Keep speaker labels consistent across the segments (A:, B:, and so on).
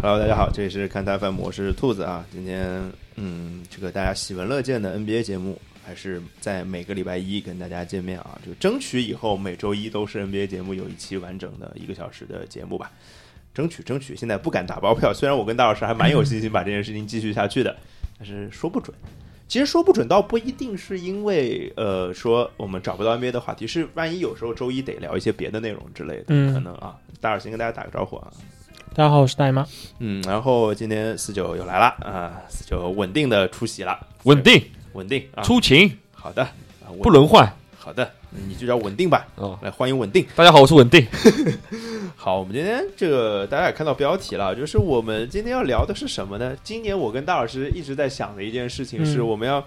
A: Hello，大家好，这里是看台 FM，我是兔子啊。今天，嗯，这个大家喜闻乐见的 NBA 节目，还是在每个礼拜一跟大家见面啊。就争取以后每周一都是 NBA 节目有一期完整的一个小时的节目吧。争取争取，现在不敢打包票。虽然我跟大老师还蛮有信心把这件事情继续下去的，但是说不准。其实说不准，倒不一定是因为呃说我们找不到 NBA 的话题，是万一有时候周一得聊一些别的内容之类的，
B: 嗯
A: 可能啊。大耳先跟大家打个招呼啊。
B: 大家好，我是大姨妈。
A: 嗯，然后今天四九又来了啊，四九稳定的出席了，
C: 稳定
A: 稳定啊，
C: 出勤，
A: 好的，啊、稳
C: 不轮换
A: 好的，你就叫稳定吧，
C: 哦。
A: 来欢迎稳定。
C: 大家好，我是稳定。
A: 好，我们今天这个大家也看到标题了，就是我们今天要聊的是什么呢？今年我跟大老师一直在想的一件事情是，
B: 嗯
A: 我们要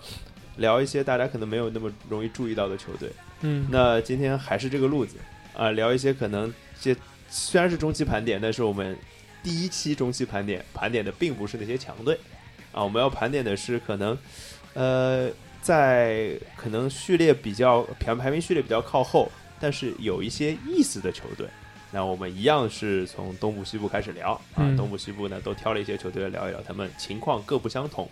A: 聊一些大家可能没有那么容易注意到的球队。
B: 嗯
A: 那今天还是这个路子啊、聊一些可能这虽然是中期盘点，但是我们第一期中期盘点盘点的并不是那些强队啊，我们要盘点的是可能呃在可能序列比较排排名序列比较靠后，但是有一些意思的球队。那我们一样是从东部、西部开始聊啊，
B: 嗯
A: 东部、西部呢都挑了一些球队来聊一聊，他们情况各不相同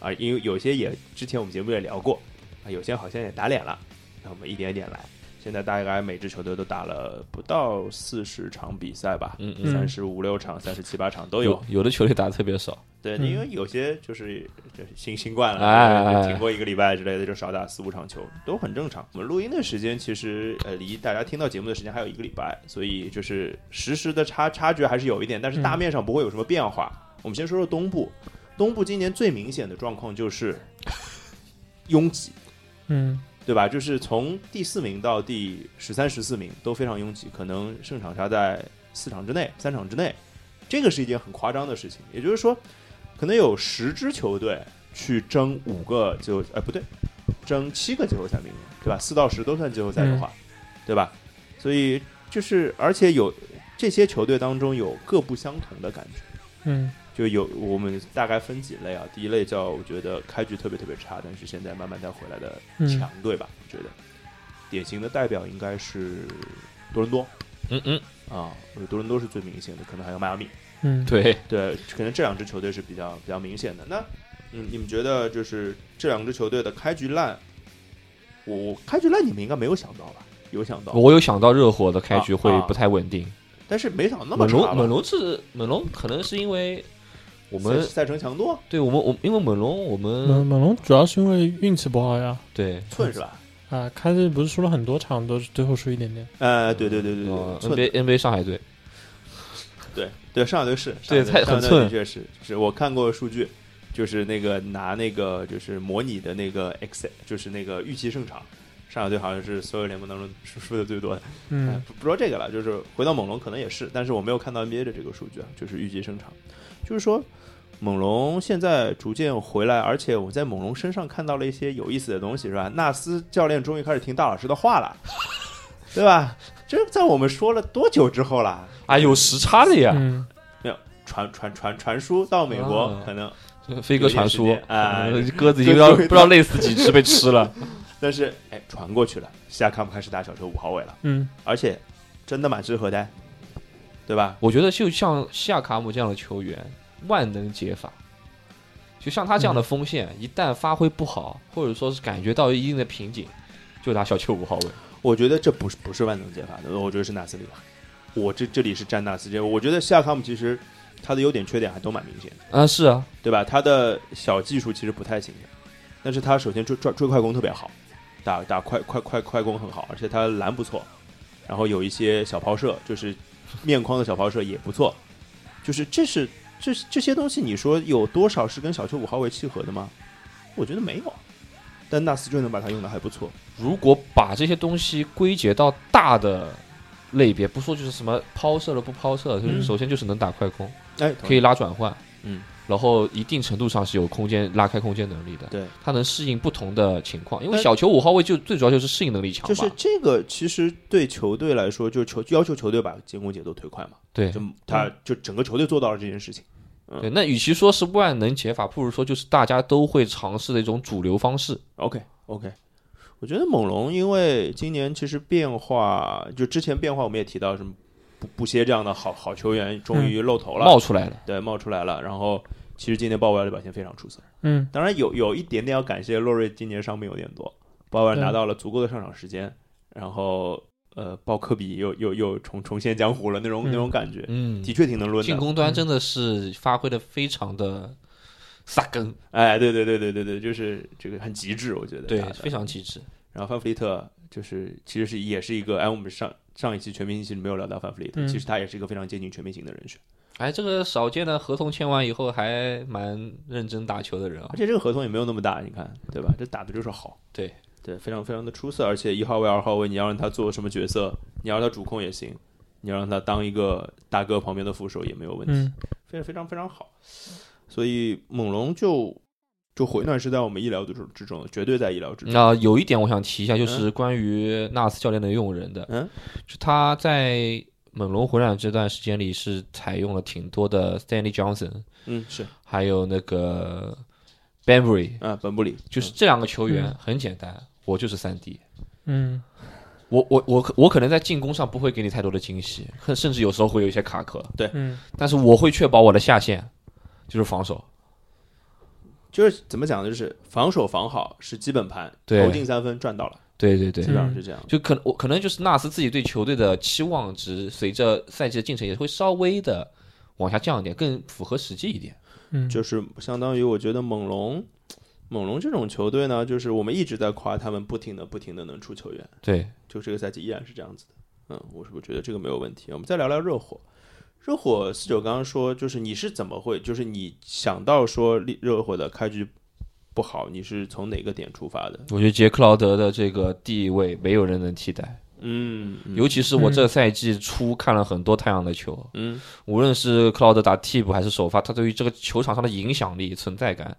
A: 啊，因为有些也之前我们节目也聊过啊，有些好像也打脸了，那我们一点一点来。现在大概每支球队都打了不到四十场比赛吧，
C: 嗯
B: 嗯
A: 三十五六场、三十七八场都有
C: 有。有的球队打的特别少，
A: 对，
B: 嗯
A: 因为有些就是就是新新冠
C: 哎哎
A: 了，
C: 哎
A: 就停过一个礼拜之类的，就少打四五场球，都很正常。我们录音的时间其实呃离大家听到节目的时间还有一个礼拜，所以就是实时的差差距还是有一点，但是
C: 嗯
A: 大面上不会有什么变化。我们先说说东部，东部今年最明显的状况就是拥挤。
B: 嗯
A: 对吧？就是从第四名到第十三、十四名都非常拥挤，可能胜场差在四场之内、三场之内，这个是一件很夸张的事情。也就是说，可能有十支球队去争五个季后，哎，不对，争七个季后赛名额，对吧？四到十都算季后赛的话，对吧？所以就是，而且有这些球队当中有各不相同的感觉。
B: 嗯
A: 就有我们大概分几类啊，第一类叫我觉得开局特别特别差，但是现在慢慢再回来的
B: 嗯
A: 强队吧，我觉得典型的代表应该是多伦多
C: 嗯嗯，
A: 啊，我觉得多伦多是最明显的，可能还有迈阿密，
B: 嗯，
C: 对，
A: 对，可能这两支球队是比较比较明显的。那嗯，你们觉得就是这两支球队的开局烂，我我开局烂你们应该没有想到吧？有想到，
C: 我有想到热火的开局会
A: 啊啊
C: 不太稳定。
A: 但是没想到那么
C: 猛
A: 差
C: 龙，猛
A: 吧？
C: 龙是猛龙，可能是因为我
A: 我
C: 们
A: 赛程强度
C: 对我们我因为猛龙我
B: 猛
C: 们
B: 猛龙主要是因为运气不好呀，
C: 对
A: 寸是吧？
B: 啊，开始不是输了很多场，都是最后输一点点。
A: 呃，对对对对对，
C: 呃
A: 寸
C: NBA NBA 上海队
A: 对对，上海队是，
C: 对
A: 上海队
C: 太
A: 上海
C: 很
A: 队
C: 寸
A: 的确是，是我看过数据，就是那个拿那个就是模拟的那个 X，就是那个预期胜场，上海队好像是所有联盟当中输输的最多的。哎
B: 嗯
A: 不不说这个了，就是回到猛龙可能也是，但是我没有看到 NBA 的这个数据啊，就是预计胜场，就是说猛龙现在逐渐回来，而且我在猛龙身上看到了一些有意思的东西，是吧？纳斯教练终于开始听大老师的话了， 对吧？这在我们说了多久之后啦？
C: 啊，有时差的呀，
B: 嗯
A: 传传传传输到美国，
C: 啊
A: 可能，
C: 飞哥传输
A: 有点时间哎
C: 嗯鸽子已经不知道
A: 就
C: 不知道累死几只被吃了。
A: 但是哎，传过去了，下康开始打小球五号位了，
B: 嗯
A: 而且真的蛮适合的，对吧？
C: 我觉得就像夏卡姆这样的球员，万能解法。就像他这样的锋线，
A: 嗯
C: 一旦发挥不好，或者说是感觉到一定的瓶颈，就拿小球五号位。
A: 我觉得这不是不是万能解法的，我觉得是纳斯厉害。我这这里是占纳斯这，我觉得夏康其实他的优点缺点还都蛮明显的，
C: 啊，是啊，
A: 对吧？他的小技术其实不太行的，但是他首先追追追快攻特别好，打打快快快快攻很好，而且他篮不错，然后有一些小抛射，就是面框的小抛射也不错，就是这是这这些东西，你说有多少是跟小球五号位契合的吗？我觉得没有，但纳斯就能把它用的还不错。
C: 如果把这些东西归结到大的类别，不说就是什么抛射了不抛射了，就是
A: 嗯
C: 首先就是能打快攻，
A: 哎，
C: 可以拉转换，
A: 嗯，
C: 然后一定程度上是有空间拉开空间能力的，
A: 对。
C: 他能适应不同的情况，因为
A: 但
C: 小球五号位就最主要就是适应能力强
A: 就
C: 嘛，
A: 是这个，其实对球队来说，就是球要求球队把进攻节奏推快嘛，
C: 对
A: 就他就整个球队做到了这件事情。
C: 对。那与其说是万能解法，不如说就是大家都会尝试的一种主流方式。
A: OK OK，我觉得猛龙因为今年其实变化，就之前变化我们也提到什么。不不歇这样的好好球员终于露头了，
C: 嗯冒出来了。
A: 对冒出来了。然后其实今年鲍威尔的表现非常出色，
B: 嗯
A: 当然有有一点点要感谢洛瑞今年伤病有点多，鲍威尔
B: 对
A: 拿到了足够的上场时间，然后呃鲍科比又又又重重现江湖了那种、
B: 嗯
A: 那种感觉，
C: 嗯
A: 的确挺能抡
C: 进
A: 的。嗯
C: 攻端真的是发挥的非常的撒根，
A: 哎，对对对对对对，就是这个很极致，我觉得
C: 对
A: 打，得
C: 非常极致。
A: 然后范弗利特就是其实是也是一个，哎，我们上上一期全明星其实没有聊到范弗利特，
B: 嗯
A: 其实他也是一个非常接近全明星的人选，
C: 哎，这个少见的合同签完以后还蛮认真打球的人啊
A: 而。且这个合同也没有那么大，你看对吧？这打的就是好，
C: 对
A: 对，非常非常的出色，而且一号位、二号位，你要让他做什么角色，你要让他主控也行，你要让他当一个大哥旁边的副手也没有问题，
B: 嗯，
A: 非常非常非常好，所以猛龙就就回暖是在我们意料之中之中的，绝对在意料之中，
C: 那有一点我想提一下，就是关于纳斯教练的用人的，
A: 嗯，
C: 就他在猛龙回来这段时间里是采用了挺多的 Stanley Johnson，
A: 嗯，是
C: 还有那个 Benbury，
A: 啊，本布里
C: 嗯就是这两个球员
B: 嗯
C: 很简单，我就是三 D。
B: 嗯，
C: 我我我可我可能在进攻上不会给你太多的惊喜，可甚至有时候会有一些卡壳，
B: 嗯，
C: 但是我会确保我的下限就是防守。
A: 就是怎么讲呢？就是防守防好是基本盘，
C: 对嗯
A: 投进三分赚到了，
C: 对对对
A: 基，本上是这样。
C: 就可能我可能就是纳斯自己对球队的期望值，随着赛季的进程也会稍微的往下降一点，更符合实际一点。
B: 嗯，
A: 就是相当于我觉得猛龙，猛龙这种球队呢，就是我们一直在夸他们，不停的不停的能出球员，
C: 对，
A: 就这个赛季依然是这样子的。嗯，我是我觉得这个没有问题。我们再聊聊热火，热火四九刚刚说，就是你是怎么会，就是你想到说利热火的开局不好，你是从哪个点出发的？
C: 我觉得杰克劳德的这个地位没有人能替代，
A: 嗯，
C: 尤其是我这赛季初看了很多太阳的球，
A: 嗯
C: 无论是克劳德打替补还是首发，他对于这个球场上的影响力、存在感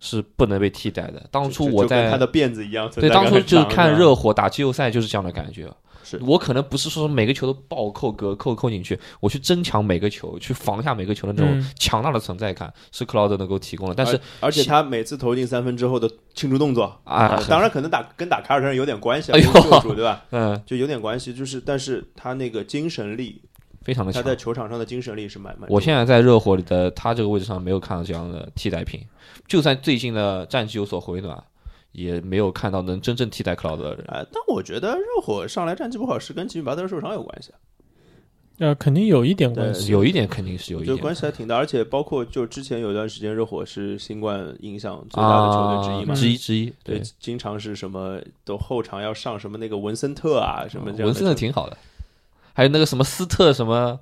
C: 是不能被替代的。当初
A: 就
C: 我
A: 就跟
C: 在
A: 他的辫子一样，
C: 对，当初就是看
A: 火，
C: 热火打季后赛就是这样的感觉。
A: 是
C: 我可能不是说每个球都暴扣格扣扣进去，我去争抢每个球，去防下每个球的那种
B: 嗯
C: 强大的存在感，是克劳德能够提供的。但是
A: 而且他每次投进三分之后的庆祝动作
C: 啊，
A: 当然可能打跟打凯尔特人有点关系啊，
C: 哎
A: 因
C: 呦
A: 为救主对吧？
C: 嗯，
A: 就有点关系，就是但是他那个精神力，
C: 非常的
A: 他
C: 强。
A: 在球场上的精神力是蛮蛮。
C: 我现在在热火里的他这个位置上没有看到这样的替代品，就算最近的战绩有所回暖，也没有看到能真正替代克劳德的人。
A: 啊、但我觉得热火上来战绩不好是跟吉米巴特勒受伤有关系，啊
B: 呃，肯定有一点关系，
C: 有一点肯定是有一
A: 就
C: 点
A: 关系还挺大，而且包括就之前有一段时间热火是新冠影响最大的球队之一嘛。
C: 啊
B: 嗯
C: 之一之一，
A: 对
C: 对，，
A: 经常是什么都后场要上什么那个文森特啊，什么这样
C: 文森特挺好的，还有那个什么斯特什么，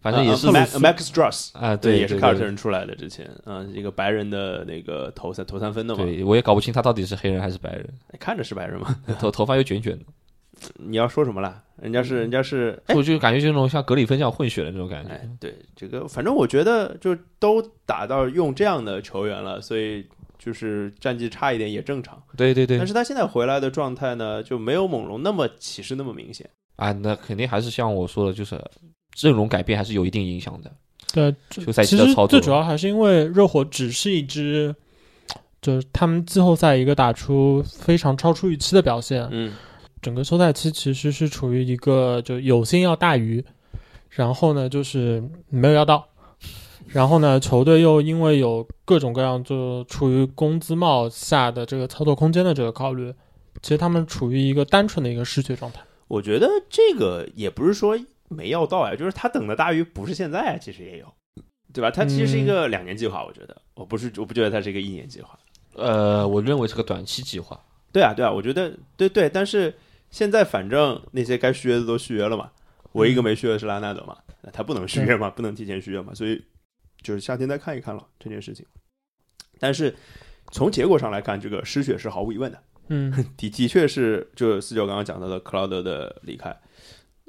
C: 反正也是
A: 啊 Max Max Struss，
C: 啊，
A: 也是凯尔特
C: 对
A: 人出来的之前，嗯，一个白人的那个投三投三分的嘛，哎
C: 对，我也搞不清他到底是黑人还是白 人，
A: 看着是白人嘛。
C: 头头发又卷卷的，
A: 你要说什么啦？人家
C: 嗯
A: 是人家是
C: 我就感觉就是那种像格里芬这样混血的那种感觉。
A: 哎，对这个，反正我觉得就都打到用这样的球员了，所以就是战绩差一点也正常。
C: 对对对
A: 但，是他现在回来的状态呢，就没有猛龙那么起势那么明显。
C: 啊，那肯定还是像我说的，就是呃阵容改变还是有一定影响的。
B: 对，
C: 休赛
B: 其
C: 期
B: 实
C: 的操
B: 最
C: 作，
B: 主要还是因为热火只是一支，就是他们季后赛一个打出非常超出预期的表现，
A: 嗯，
B: 整个休赛期其实是处于一个就有心要大于，然后呢就是没有要到，然后呢球队又因为有各种各样就处于工资帽下的这个操作空间的这个考虑，其实他们处于一个单纯的一个失血状态。
A: 我觉得这个也不是说没要到呀，啊就是他等的大鱼不是现在啊，其实也有，对吧？他其实
C: 嗯
A: 是一个两年计划，我觉得我不是我不觉得他是一个一年计划。
C: 呃，我认为是个短期计划。
A: 对啊，对啊，我觉得对对，但是现在反正那些该续约的都续约了嘛，唯一一
C: 嗯
A: 个没续约的是拉纳德嘛，那他不能续约嘛，不能提前续约嘛，所以就是夏天再看一看了这件事情。但是从结果上来看，这个失血是毫无疑问的，
B: 嗯
A: 的的确是就四九刚刚讲到的克劳德的离开，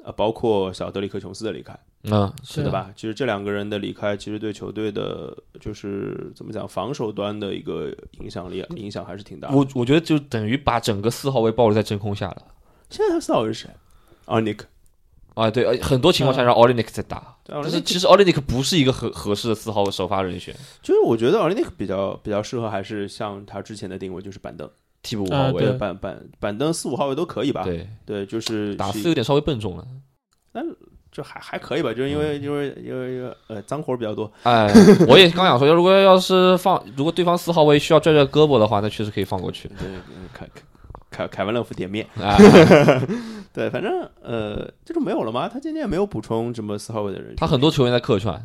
A: 呃，包括小德里克琼斯的离开，
C: 嗯，是
B: 对
A: 对
C: 的，
A: 吧？其实这两个人的离开，其实对球队的就是怎么讲防守端的一个影响力影响还是挺大的。
C: 我我觉得就等于把整个四号位暴露在真空下了。
A: 现在他四号人是谁？哦奥尼克。
C: 啊，对，呃很多情
B: 嗯
C: 况下让奥利尼克在打，
A: 对
C: 但
B: 哦
A: Olenek
C: 是其实奥利尼克不是一个合合适的四号首发人选，
A: 就是我觉得奥利内克比较比较适合，还是像他之前的定位，就是板凳，
C: 替补五
B: 啊
C: 号位
B: 对。
A: 板板板凳四五号位都可以吧？
C: 对，
A: 啊对，就是
C: 打
A: 是
C: 四有点稍微笨重了。
A: 这还还可以吧，就是因
C: 嗯
A: 为就是因为因为呃脏活儿比较多，
C: 哎，我也刚想说，如果要是放，如果对方四号位需要拽拽胳膊的话，那确实可以放过去
A: 对，凯凯凯文勒夫点 面，
C: 啊。
A: 对，反正呃这就没有了吗？他今天也没有补充什么四号位的人，
C: 他很多球员在客串，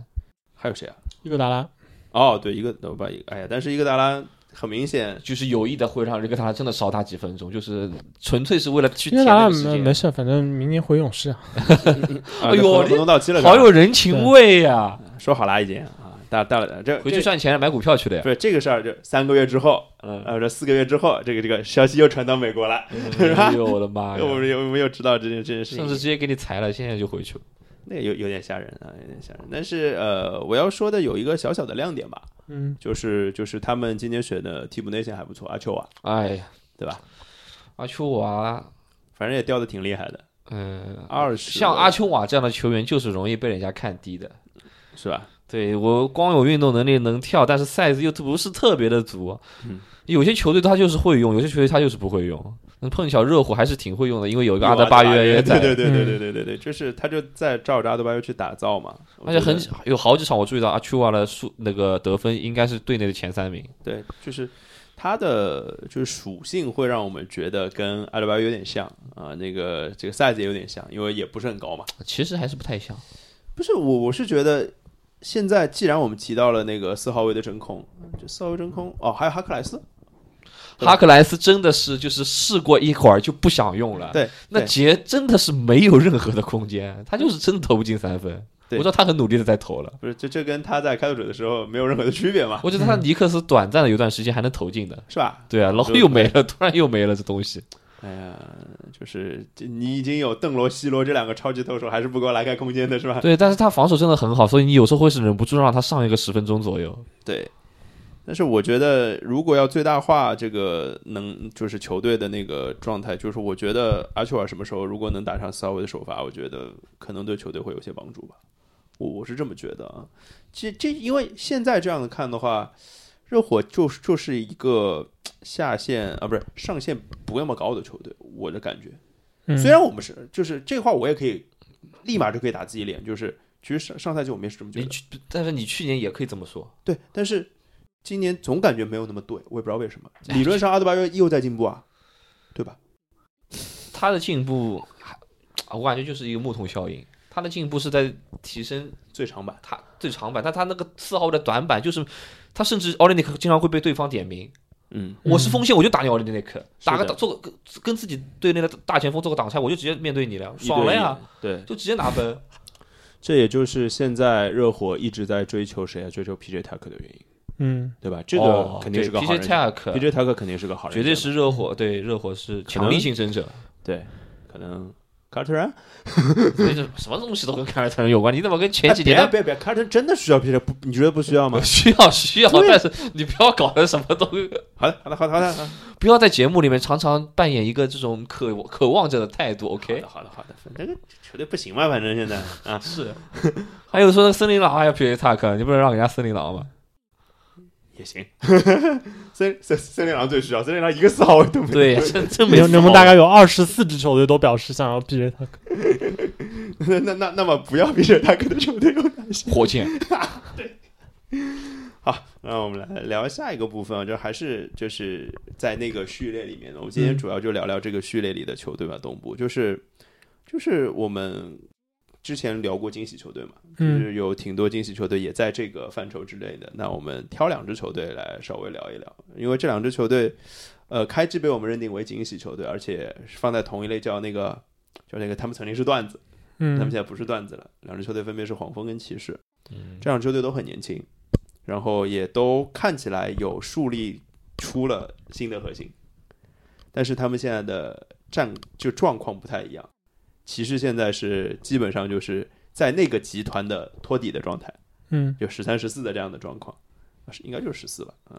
A: 还有谁啊？
B: 伊戈达拉，
A: 哦，对，一个我把一个，哎呀，但是一个达拉很明显
C: 就是有意的会让这个他真的少打几分钟，就是纯粹是为了去
B: 伊
C: 填
B: 戈达
C: 那
B: 拉
C: 个时
B: 没
C: 间
B: 没。事，反正明年回勇士啊。
A: 啊
C: 哎呦
A: 这合同
C: 这
A: 合同到期了，
C: 好有人情味呀、
A: 说好啦已经啊，大大了这
C: 回去
A: 这
C: 赚钱买股票去了呀
A: 不。是这个事儿，就三个月之后，
C: 嗯，
A: 呃，这四个月之后，这个这个消息又传到美国来，
C: 哎呦我的 妈
A: 我
C: 呀！
A: 们又我们又知道这件这件事
C: 甚至直
A: 情，
C: 接给你裁了，现在就回去了。
A: 那有有点吓人啊，有点吓人。但是呃，我要说的有一个小小的亮点吧，
B: 嗯，
A: 就是就是他们今年选的替补内线还不错，阿丘瓦
C: 哎呀，
A: 对吧？
C: 阿丘瓦，
A: 反正也掉的挺厉害的，
C: 嗯，
A: 二十
C: 像阿丘瓦这样的球员就是容易被人家看低的。
A: 是吧？
C: 对我光有运动能力能跳，但是 size 又不是特别的足。
A: 嗯
C: 有些球队他就是会用，有些球队他就是不会用。那碰巧热火还是挺会用的，因为有一个啊阿德巴约也在，
A: 对对对对
B: 嗯
A: 对对对对，就是他就在照着阿德巴约去打造嘛，我
C: 而且
A: 觉得
C: 很有好几场我注意到阿丘瓦的数那个得分应该是队内的前三名。
A: 对，就是它的就是属性会让我们觉得跟阿德巴约有点像啊、那个这个 size 也有点像，因为也不是很高嘛。
C: 其实还是不太像。
A: 不是我，我是觉得现在既然我们提到了那个四号位的真空，就四号位真空哦，还有哈克莱斯，对
C: 哈克莱斯真的是就是试过一会儿就不想用了，
A: 对，
C: 那
A: 对
C: 杰真的是没有任何的空间，他就是真投不进三分。我
A: 对
C: 知道他很努力的在投了，
A: 不是这这跟他在开拓者的时候没有任何的区别嘛，
C: 我觉得他尼克斯短暂的有段时间还能投进的，
A: 是吧？
C: 对啊，然后又没了， 突然又没了这东 西。
A: 哎呀，就是这你已经有邓罗、西罗这两个超级投手，还是不够拉开空间的，是吧？
C: 对，但是他防守真的很好，所以你有时候会是忍不住让他上一个十分钟左右。
A: 对，但是我觉得如果要最大化这个能就是球队的那个状态，就是我觉得阿丘尔什么时候如果能打上四号位的首发，我觉得可能对球队会有些帮助吧。我我是这么觉得啊。这这因为现在这样的看的话，热火就是就是一个下限啊，不是上限不那么高的球队，我的感觉。
B: 嗯
A: 虽然我们是就是这话我也可以立马就可以打自己脸，就是其实上上赛季我们也是这么觉
C: 你
A: 得。
C: 去，但是你去年也可以这么说，
A: 对，但是今年总感觉没有那么对，我也不知道为什么。
C: 哎
A: 理论上阿德巴约又在进步啊，对吧？
C: 他的进步，啊我感觉就是一个木桶效应，他的进步是在提升
A: 最长版
C: 他最长板，但他那个四号位的短板就是，他甚至奥利内克经常会被对方点名。
A: 嗯，
C: 我是锋线，我就打你奥利内克，
A: 是的
C: 打个做个跟自己队内的大前锋做个挡拆，我就直接面对你了，爽了呀，
A: 对，
C: 就直接拿分。
A: 这也就是现在热火一直在追求谁啊？追求 PJ 塔克的原因，
B: 嗯，
A: 对吧？这
C: 哦
A: 个肯定是个
C: 对
A: 好
C: PJ
A: 人选。
C: Tuck
A: PJ 塔克肯定是个好人选，
C: 绝对是热火，对热火是强力竞 争者，
A: 对，可能。卡特人，
C: 所以这什么东西都 跟凯尔特人嗯有关。你怎么跟前几年
A: 哎
C: 的？
A: 别别别，卡特人真的需要 PJ，不，你觉得不需要吗
C: 需要需要，
A: 对
C: 但是你不要搞得什么都，
A: 好的，好的，好的，好的，好的
C: 不要在节目里面常常扮演一个这种渴渴望着的态度。
A: 好
C: OK，
A: 的，好的，好的，反正球队不行嘛，反正 现在啊，
C: 是。还有说森林狼哎还有 PJ 塔克，你不能让人家森林狼 吗？
A: 也行。 森森森林狼最需要，森林狼一个 四号位都没有。
C: 对，真真没
B: 联联盟大
C: 概
B: 概有二十四支球队都表示想要 PJ 塔克。
A: 那那那那么不要比尔大哥的球队有哪些？
C: 火箭，
A: 好， 那我们来聊下一个部分啊，就还是就是在那个序列里面的，我们今天主要就聊聊这个序列里的球队吧，东部就是就是我们之前聊过惊喜球队嘛，就
B: 嗯
A: 是有挺多惊喜球队也在这个范畴之内的。那我们挑两支球队来稍微聊一聊，因为这两支球队，呃，开季被我们认定为惊喜球队，而且是放在同一类叫那个叫那个他们曾经是段子，他们
B: 嗯
A: 现在不是段子了。两支球队分别是黄蜂跟骑士，
C: 嗯，
A: 这两支球队都很年轻，然后也都看起来有树立出了新的核心，但是他们现在的战就状况不太一样。骑士现在是基本上就是在那个集团的托底的状态，
B: 嗯
A: 就十三、十四的这样的状况，啊是应该就是十四吧，嗯，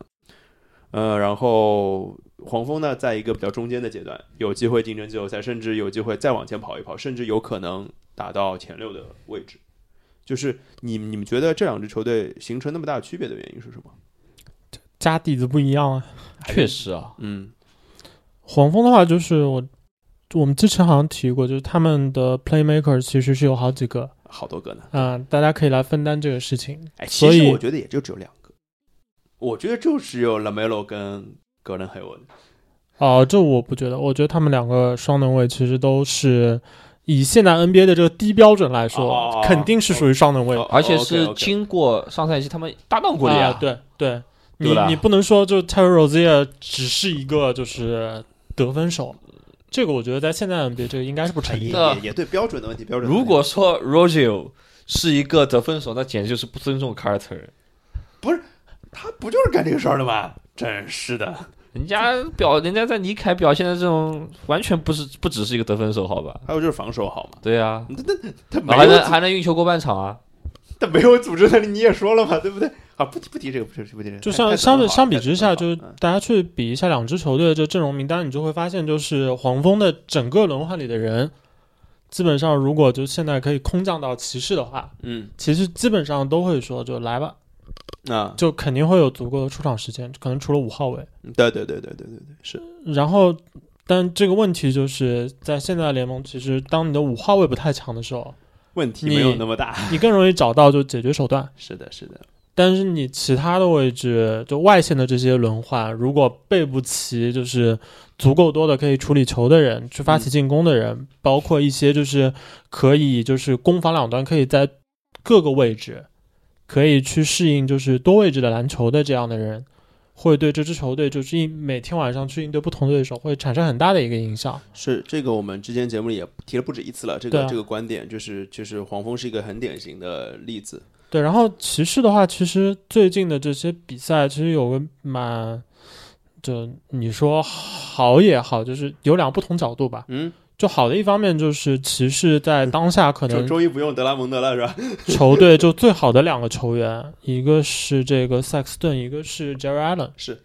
A: 呃，然后黄蜂呢，在一个比较中间的阶段，有机会竞争季后赛，甚至有机会再往前跑一跑，甚至有可能打到前六的位置。就是你你们觉得这两支球队形成那么大区别的原因是什么？
B: 家底子不一样啊。
C: 确实啊，
A: 嗯
B: 黄蜂的话，就是我我们之前好像提过，就是他们的 playmaker 其实是有好几个，
A: 好多个呢。
B: 啊、大家可以来分担这个事情。
A: 哎，其实
B: 所以
A: 我觉得也就只有两个，我觉得就只有 Lamelo 跟格伦黑文。
B: 哦、这我不觉得，我觉得他们两个双能卫其实都是以现在 NBA 的这个低标准来说，
A: 哦
B: 肯定是属于双能卫。
A: 哦
C: 而且是
A: OK，OK
C: 经过上赛季他们搭档过的呀
B: 啊，，对对，
C: 对
B: 你
C: 吧
B: 你不能说就 Terry Rozier 只是一个就是得分手，这个我觉得在现在 NBA 这个应该是不成
A: 哎也
B: 立的。
C: 那
A: 也也对标准的问题，标准的问题。
C: 如果说 Rogio 是一个得分手，那简直就是不尊重 Carter。
A: 他不就是干这个事儿的吗？真是的，
C: 人家表，人家在尼凯表现的这种，完全不是不只是一个得分手，好吧？
A: 还有就是防守好嘛，
C: 对啊，
A: 他没
C: 还
A: 有
C: 能还能运球过半场啊！
A: 他没有组织能力，你也说了嘛，对不对？啊，不不提这个，不提不提这个。
B: 就
A: 太
B: 像
A: 太
B: 相
A: 太
B: 比相比
A: 太
B: 之下，
A: 太
B: 就是
A: 嗯
B: 大家去比一下两支球队的这阵容名单，你就会发现，就是黄蜂的整个轮换里的人，基本上如果就现在可以空降到骑士的话，
A: 嗯，
B: 其实基本上都会说就来吧，
A: 那
B: 就肯定会有足够的出场时间，可能除了五号位。
A: 对对对对对对对，是
B: 然后，但这个问题就是在现在联盟，其实当你的五号位不太强的时候，
A: 问题
B: 你
A: 没有那么大，
B: 你更容易找到就解决手段。
A: 是的，是的，
B: 但是你其他的位置，就外线的这些轮换，如果备不齐就是足够多的可以处理球的人，去发起进攻的人，包括一些就是可以就是攻防两端可以在各个位置可以去适应就是多位置的篮球的这样的人，会对这支球队就是应每天晚上去应对不同的对手会产生很大的一个影响。
A: 是这个我们之前节目里也提了不止一次了，这
B: 对
A: 个、
B: 啊
A: 这个观点就是就是黄蜂是一个很典型的例子，
B: 对，然后骑士的话，其实最近的这些比赛，其实有个蛮，就你说好也好，就是有两个不同角度吧。
A: 嗯，
B: 就好的一方面就是骑士在当 下可
A: 终
B: 能
A: 终于不用德拉蒙德了是吧？
B: 球队就最好的两个球员，一个是这个塞克斯顿，一个是 Jerry Allen，
A: 是，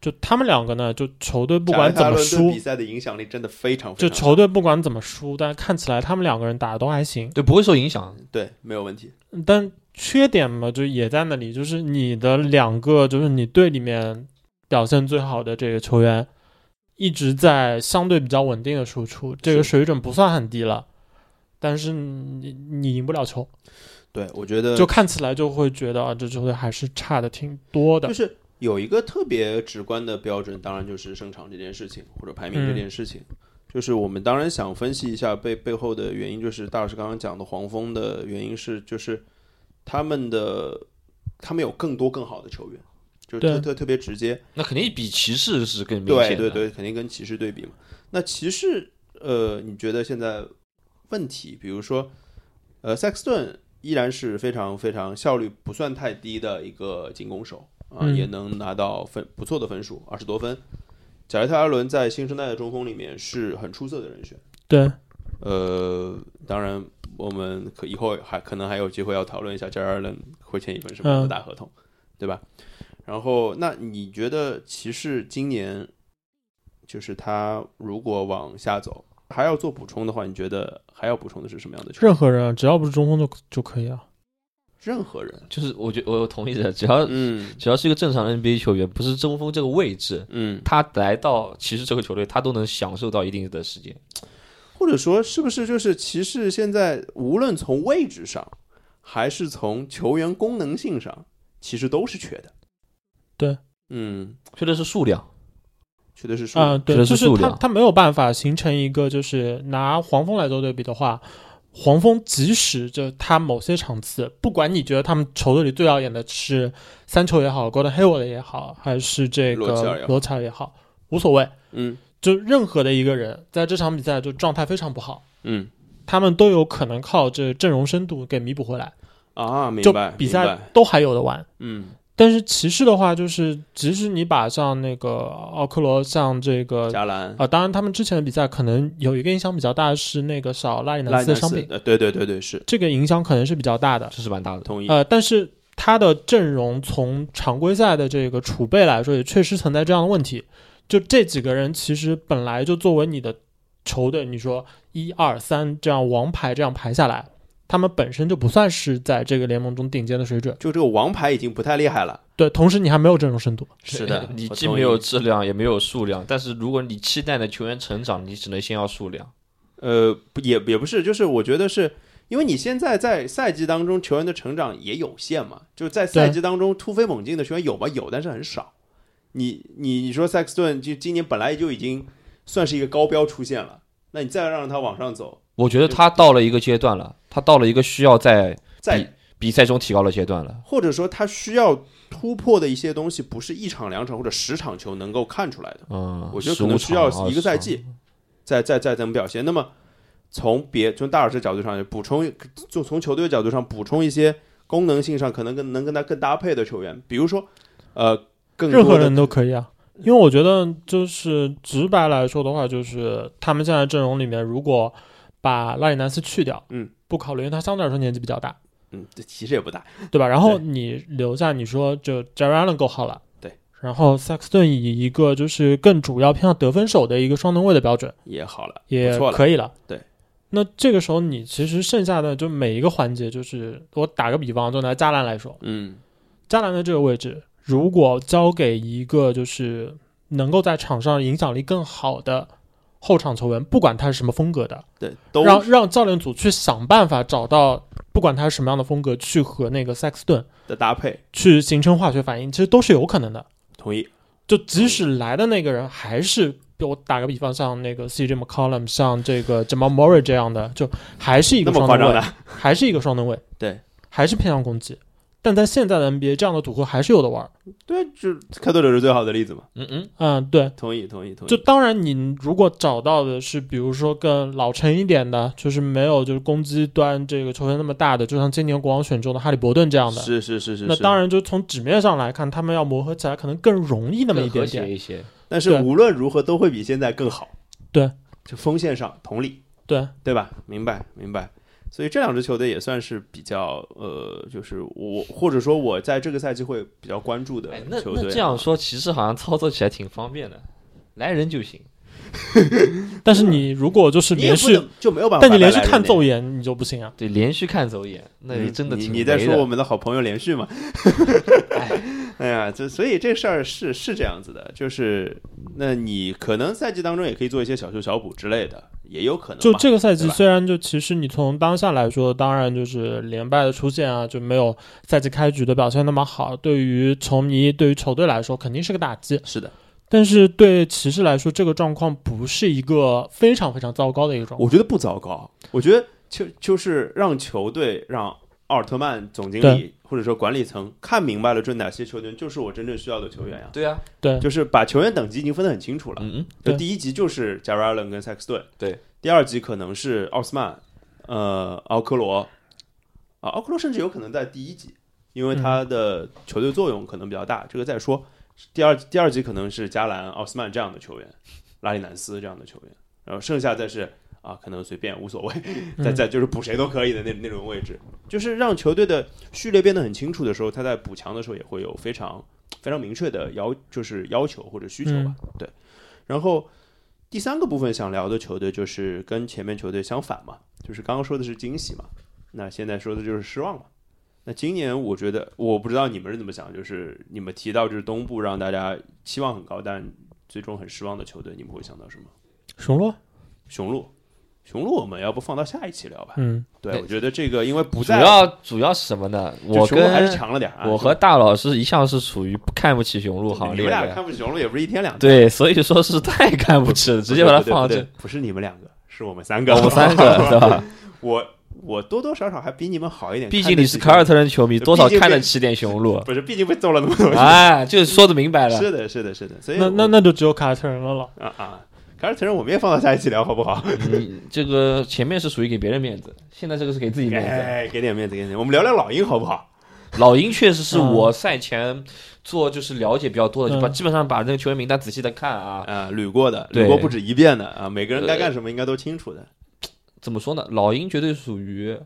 B: 就他们两个呢，就球队不管怎
A: 贾
B: 么
A: 伦对
B: 输
A: 比，赛啊的影响力真的非常非
B: 就
A: 常
B: 球队不管怎么输，但看起来他们两个人打的都还行。
C: 对，不会受影响。
A: 对没有问题，
B: 但缺点嘛，就也在那里，就是你的两个，就是你队里面表现最好的这个球员，一直在相对比较稳定的输出，这个水准不算很低了。但是你你赢不了球，
A: 对我觉得
B: 就看起来就会觉得啊，这球队还是差的挺多的
A: 就。是有一个特别直观的标准，当然就是胜场这件事情或者排
B: 嗯
A: 名这件事情。就是我们当然想分析一下背背后的原因，就是大老师刚刚讲的黄蜂的原因是，就是他们的他们有更多更好的球员，就是特
B: 对
A: 特特别直接。
C: 那肯定比骑士是更明显
A: 对
C: 的。
A: 对对，肯定跟骑士对比嘛。那骑士，呃，你觉得现在问题，比如说，呃，塞克斯顿依然是非常非常效率不算太低的一个进攻手啊，
B: 嗯
A: 也能拿到分不错的分数，二十多分。贾维特·艾伦在新生代的中锋里面是很出色的人选。
B: 对，
A: 呃，当然，我们可以后还可能还有机会要讨论一下 j a r 会签一份什么样的
B: 嗯
A: 大合同，对吧？然后，那你觉得骑士今年就是他如果往下走，还要做补充的话，你觉得还要补充的是什么样的球
B: 任
A: 员？
B: 何人啊只要不是中锋就就可以啊。
A: 任何人，
C: 就是我觉得我同意的，只要
A: 嗯
C: 只要是一个正常的 NBA 球员，不是中锋这个位置，
A: 嗯，
C: 他来到骑士这个球队，他都能享受到一定的时间。
A: 或者说是不是就是骑士现在无论从位置上，还是从球员功能性上，其实都是缺的。
B: 对，
A: 嗯，
C: 缺的是数量，
A: 缺的是数量
B: 啊、对
C: 觉，得
B: 就是是
C: 数
B: 他
C: 量
B: 他没有办法形成一个，就是拿黄蜂来做对比的话，黄蜂即使就他某些场次，不管你觉得他们球队里最耀眼的是三球也好，Golden Hayward 也好，还是这
A: 罗齐尔也
B: 个
A: 好
B: 罗乔也好，无所谓，
A: 嗯
B: 就任何的一个人在这场比赛就状态非常不好，
A: 嗯
B: 他们都有可能靠这阵容深度给弥补回来，
A: 啊，明
B: 就
A: 白，
B: 比
A: 明
B: 赛
A: 白
B: 都还有的玩。
A: 嗯
B: 但是骑士的话，就是即使你把像那个奥克罗，像这个
A: 加兰
B: 啊、、当然他们之前的比赛可能有一个影响比较大的是那个少拉里
A: 拉
B: 南
A: 尼
B: 斯的
A: 纳
B: 伤
A: 斯
B: 病，
A: 呃，对对对对，是
B: 这个影响可能是比较大的。
C: 这是蛮大的。，
A: 同意，
B: 呃，但是他的阵容从常规赛的这个储备来说，也确实存在这样的问题。就这几个人其实本来就作为你的球队，你说一二三这样王牌这样排下来，他们本身就不算是在这个联盟中顶尖的水准。
A: 就这个王牌已经不太厉害了。
B: 对，同时你还没有阵容深度。
A: 是 的
C: 你
A: 我
C: 既
A: 同
C: 没
A: 意
C: 有质量，也没有数量。但是如果你期待的球员成长，你只能先要数量。
A: 呃，不也也不是，就是我觉得是因为你现在在赛季当中球员的成长也有限嘛，就是在赛季当中突飞猛进的球员有吗？有，但是很少。你你你说塞克斯顿就今年本来就已经算是一个高标出现了，那你再让他往上走，
C: 我觉得他到了一个阶段了，他到了一个需要在
A: 再
C: 比比赛中提高的阶段了。
A: 或者说他需要突破的一些东西，不是一场两场或者十场球能够看出来的。
C: 嗯，
A: 我觉得
C: 15
A: 可能需要
C: 场
A: 一个赛季，再再再怎么表现。那么从别从大老师角度上补充，就从球队角度上补充一些功能性上可能跟能跟他更搭配的球员，比如说呃，更
B: 任
A: 多
B: 何
A: 的
B: 人都可以啊。因为我觉得，就是直白来说的话，就是他们现在阵容里面，如果把拉里南斯去掉，
A: 嗯，
B: 不考虑，因为他相对来说年纪比较大，
A: 嗯，这其实也不大，
B: 对吧？然后你留下，你说就 j a r a l l e 够好了，
A: 对。
B: 然后萨克斯顿以一个就是更主要偏向得分手的一个双能卫的标准，
A: 也好了，
B: 也
A: 不错了，
B: 可以了。
A: 对。
B: 那这个时候，你其实剩下的就每一个环节，就是我打个比方，就拿加兰来说，
A: 嗯，
B: 加兰的这个位置，如果交给一个就是能够在场上影响力更好的后场球员，不管他是什么风格的，
A: 对，都
B: 让让教练组去想办法找到，不管他是什么样的风格，去和那个塞克斯顿
A: 的搭配，
B: 去形成化学反应，其实都是有可能的。
A: 同意，
B: 就即使来的那个人还是，我打个比方，像那个 CJ McCollum，像这个 Jamal Murray 这样的，就还是一
A: 那
B: 个
A: 么
B: 双
A: 夸
B: 能
A: 张
B: 卫，
A: 的，
B: 还是一个双能卫，
A: 对，
B: 还是偏向攻击。但在现在的 NBA，这样的组合还是有的玩儿。
A: 对，就开拓者是最好的例子嘛，
C: 嗯嗯，
B: 嗯，对，
A: 同意，同意，同意，
B: 就当然，你如果找到的是，比如说更老成一点的，就是没有就是攻击端这个球员那么大的，就像今年国王选中的哈利伯顿这样的，
A: 是是是是，
B: 那
A: 是
B: 当然就从纸面上来看，他们要磨合起来可能更容易那么一
C: 更和
B: 点
C: 谐
B: 点。
C: 一些。
A: 但是
B: 对
A: 无论如何都会比现在更好。
B: 对，
A: 就锋线上同理，
B: 对
A: 对吧？明白明白。所以这两支球队也算是比较呃，就是我或者说我在这个赛季会比较关注的
C: 哎，那
A: 球队。啊
C: 那这样说，其实好像操作起来挺方便的，来人就行。
B: 但是你如果就是
A: 你也
B: 连
A: 不
B: 续，
A: 能就没有办法，
B: 但你连续看走。眼你就不行啊。
C: 对，连续看走眼，那
A: 嗯
C: 也真的
A: 你
C: 挺
A: 你在
C: 雷
A: 说
C: 的
A: 我们的好朋友连续 嘛？ 哎呀，这所以这事儿是是这样子的，就是那你可能赛季当中也可以做一些小修小补之类的，也有可能
B: 就
A: 嘛
B: 这个赛季，
A: 对吧
B: 虽然就其实你从当下来说，当然就是连败的出现啊，就没有赛季开局的表现那么好，对于球迷、对于球队来说肯定是个打击。
A: 是的，
B: 但是对骑士来说，这个状况不是一个非常非常糟糕的一个状况。
A: 我觉得不糟糕，我觉得就就是让球队让奥尔特曼总经理
B: 对
A: 或者说管理层看明白了，这哪些球员就是我真正需要的球员呀、
C: 对啊，
B: 对，
A: 就是把球员等级已经分得很清楚了。
C: 嗯嗯，
A: 就
B: 嗯对
A: 第一级就是贾瑞伦跟塞克斯顿，
C: 对，
A: 第二级可能是奥斯曼，呃，奥科罗，啊，奥科罗甚至有可能在第一级，因为他的球队作用可能比较大，这个再说。第二第二级可能是加兰、奥斯曼这样的球员，拉里南斯这样的球员，然后剩下再是啊，可能随便无所谓，
B: 嗯
A: 再再 就是补谁都可以的那那种位置，就是让球队的序列变得很清楚的时候，他在补强的时候也会有非常非常明确的要就是要求或者需求吧，对。然后第三个部分想聊的球队就是跟前面球队相反嘛，就是刚刚说的是惊喜嘛，那现在说的就是失望嘛。那今年我觉得我不知道你们是怎么想，就是你们提到就是东部让大家期望很高，但最终很失望的球队，你们会想到什么？
B: 雄鹿，
A: 雄鹿，雄鹿，我们要不放到下一期聊吧？
B: 嗯，
A: 对，
C: 对
A: 我觉得这个因为不
C: 主
A: 在，
C: 要主要是什么呢？
A: 就
C: 我
A: 雄鹿还是
C: 跟
A: 强了点啊。
C: 我和大老师一向是处于不看不起雄鹿行
A: 你
C: 列
A: 们俩
C: 的，
A: 看不起雄鹿也不是一天两天，
C: 对，所以说是太看不起了，直接把它
A: 不对
C: 放到
A: 不对
C: 这，
A: 不是你们两个，是我们三个，
C: 我们三 个对吧？
A: 我我多多少少还比你们好一点，
C: 毕竟你是凯
A: 看
C: 尔
A: 得起
C: 特人球迷，
A: 对
C: 多少
A: 毕竟
C: 看得
A: 被
C: 起点雄鹿
A: 雄鹿，不是，毕竟被揍了那么多 次。
C: 哎，就说的明白了。
A: 是的，是的，是的，所以
B: 那
A: 我
B: 那那就只有凯尔特人了了。
A: 啊啊，凯尔特人我们也放到下一期聊，好不好？
C: 你这个前面是属于给别人面子，现在这个是给自己面
A: 哎，给点面子，给点面子，我们聊聊老鹰好不好？
C: 子。老鹰确实是
B: 嗯
C: 我赛前做就是了解比较多的，就把
B: 嗯
C: 基本上把那个球员名单仔细的看啊。
A: 啊，捋过的，
C: 对
A: 捋过不止一遍的啊，每个人该干什么应该都清楚的。
C: 怎么说呢？老鹰绝对属于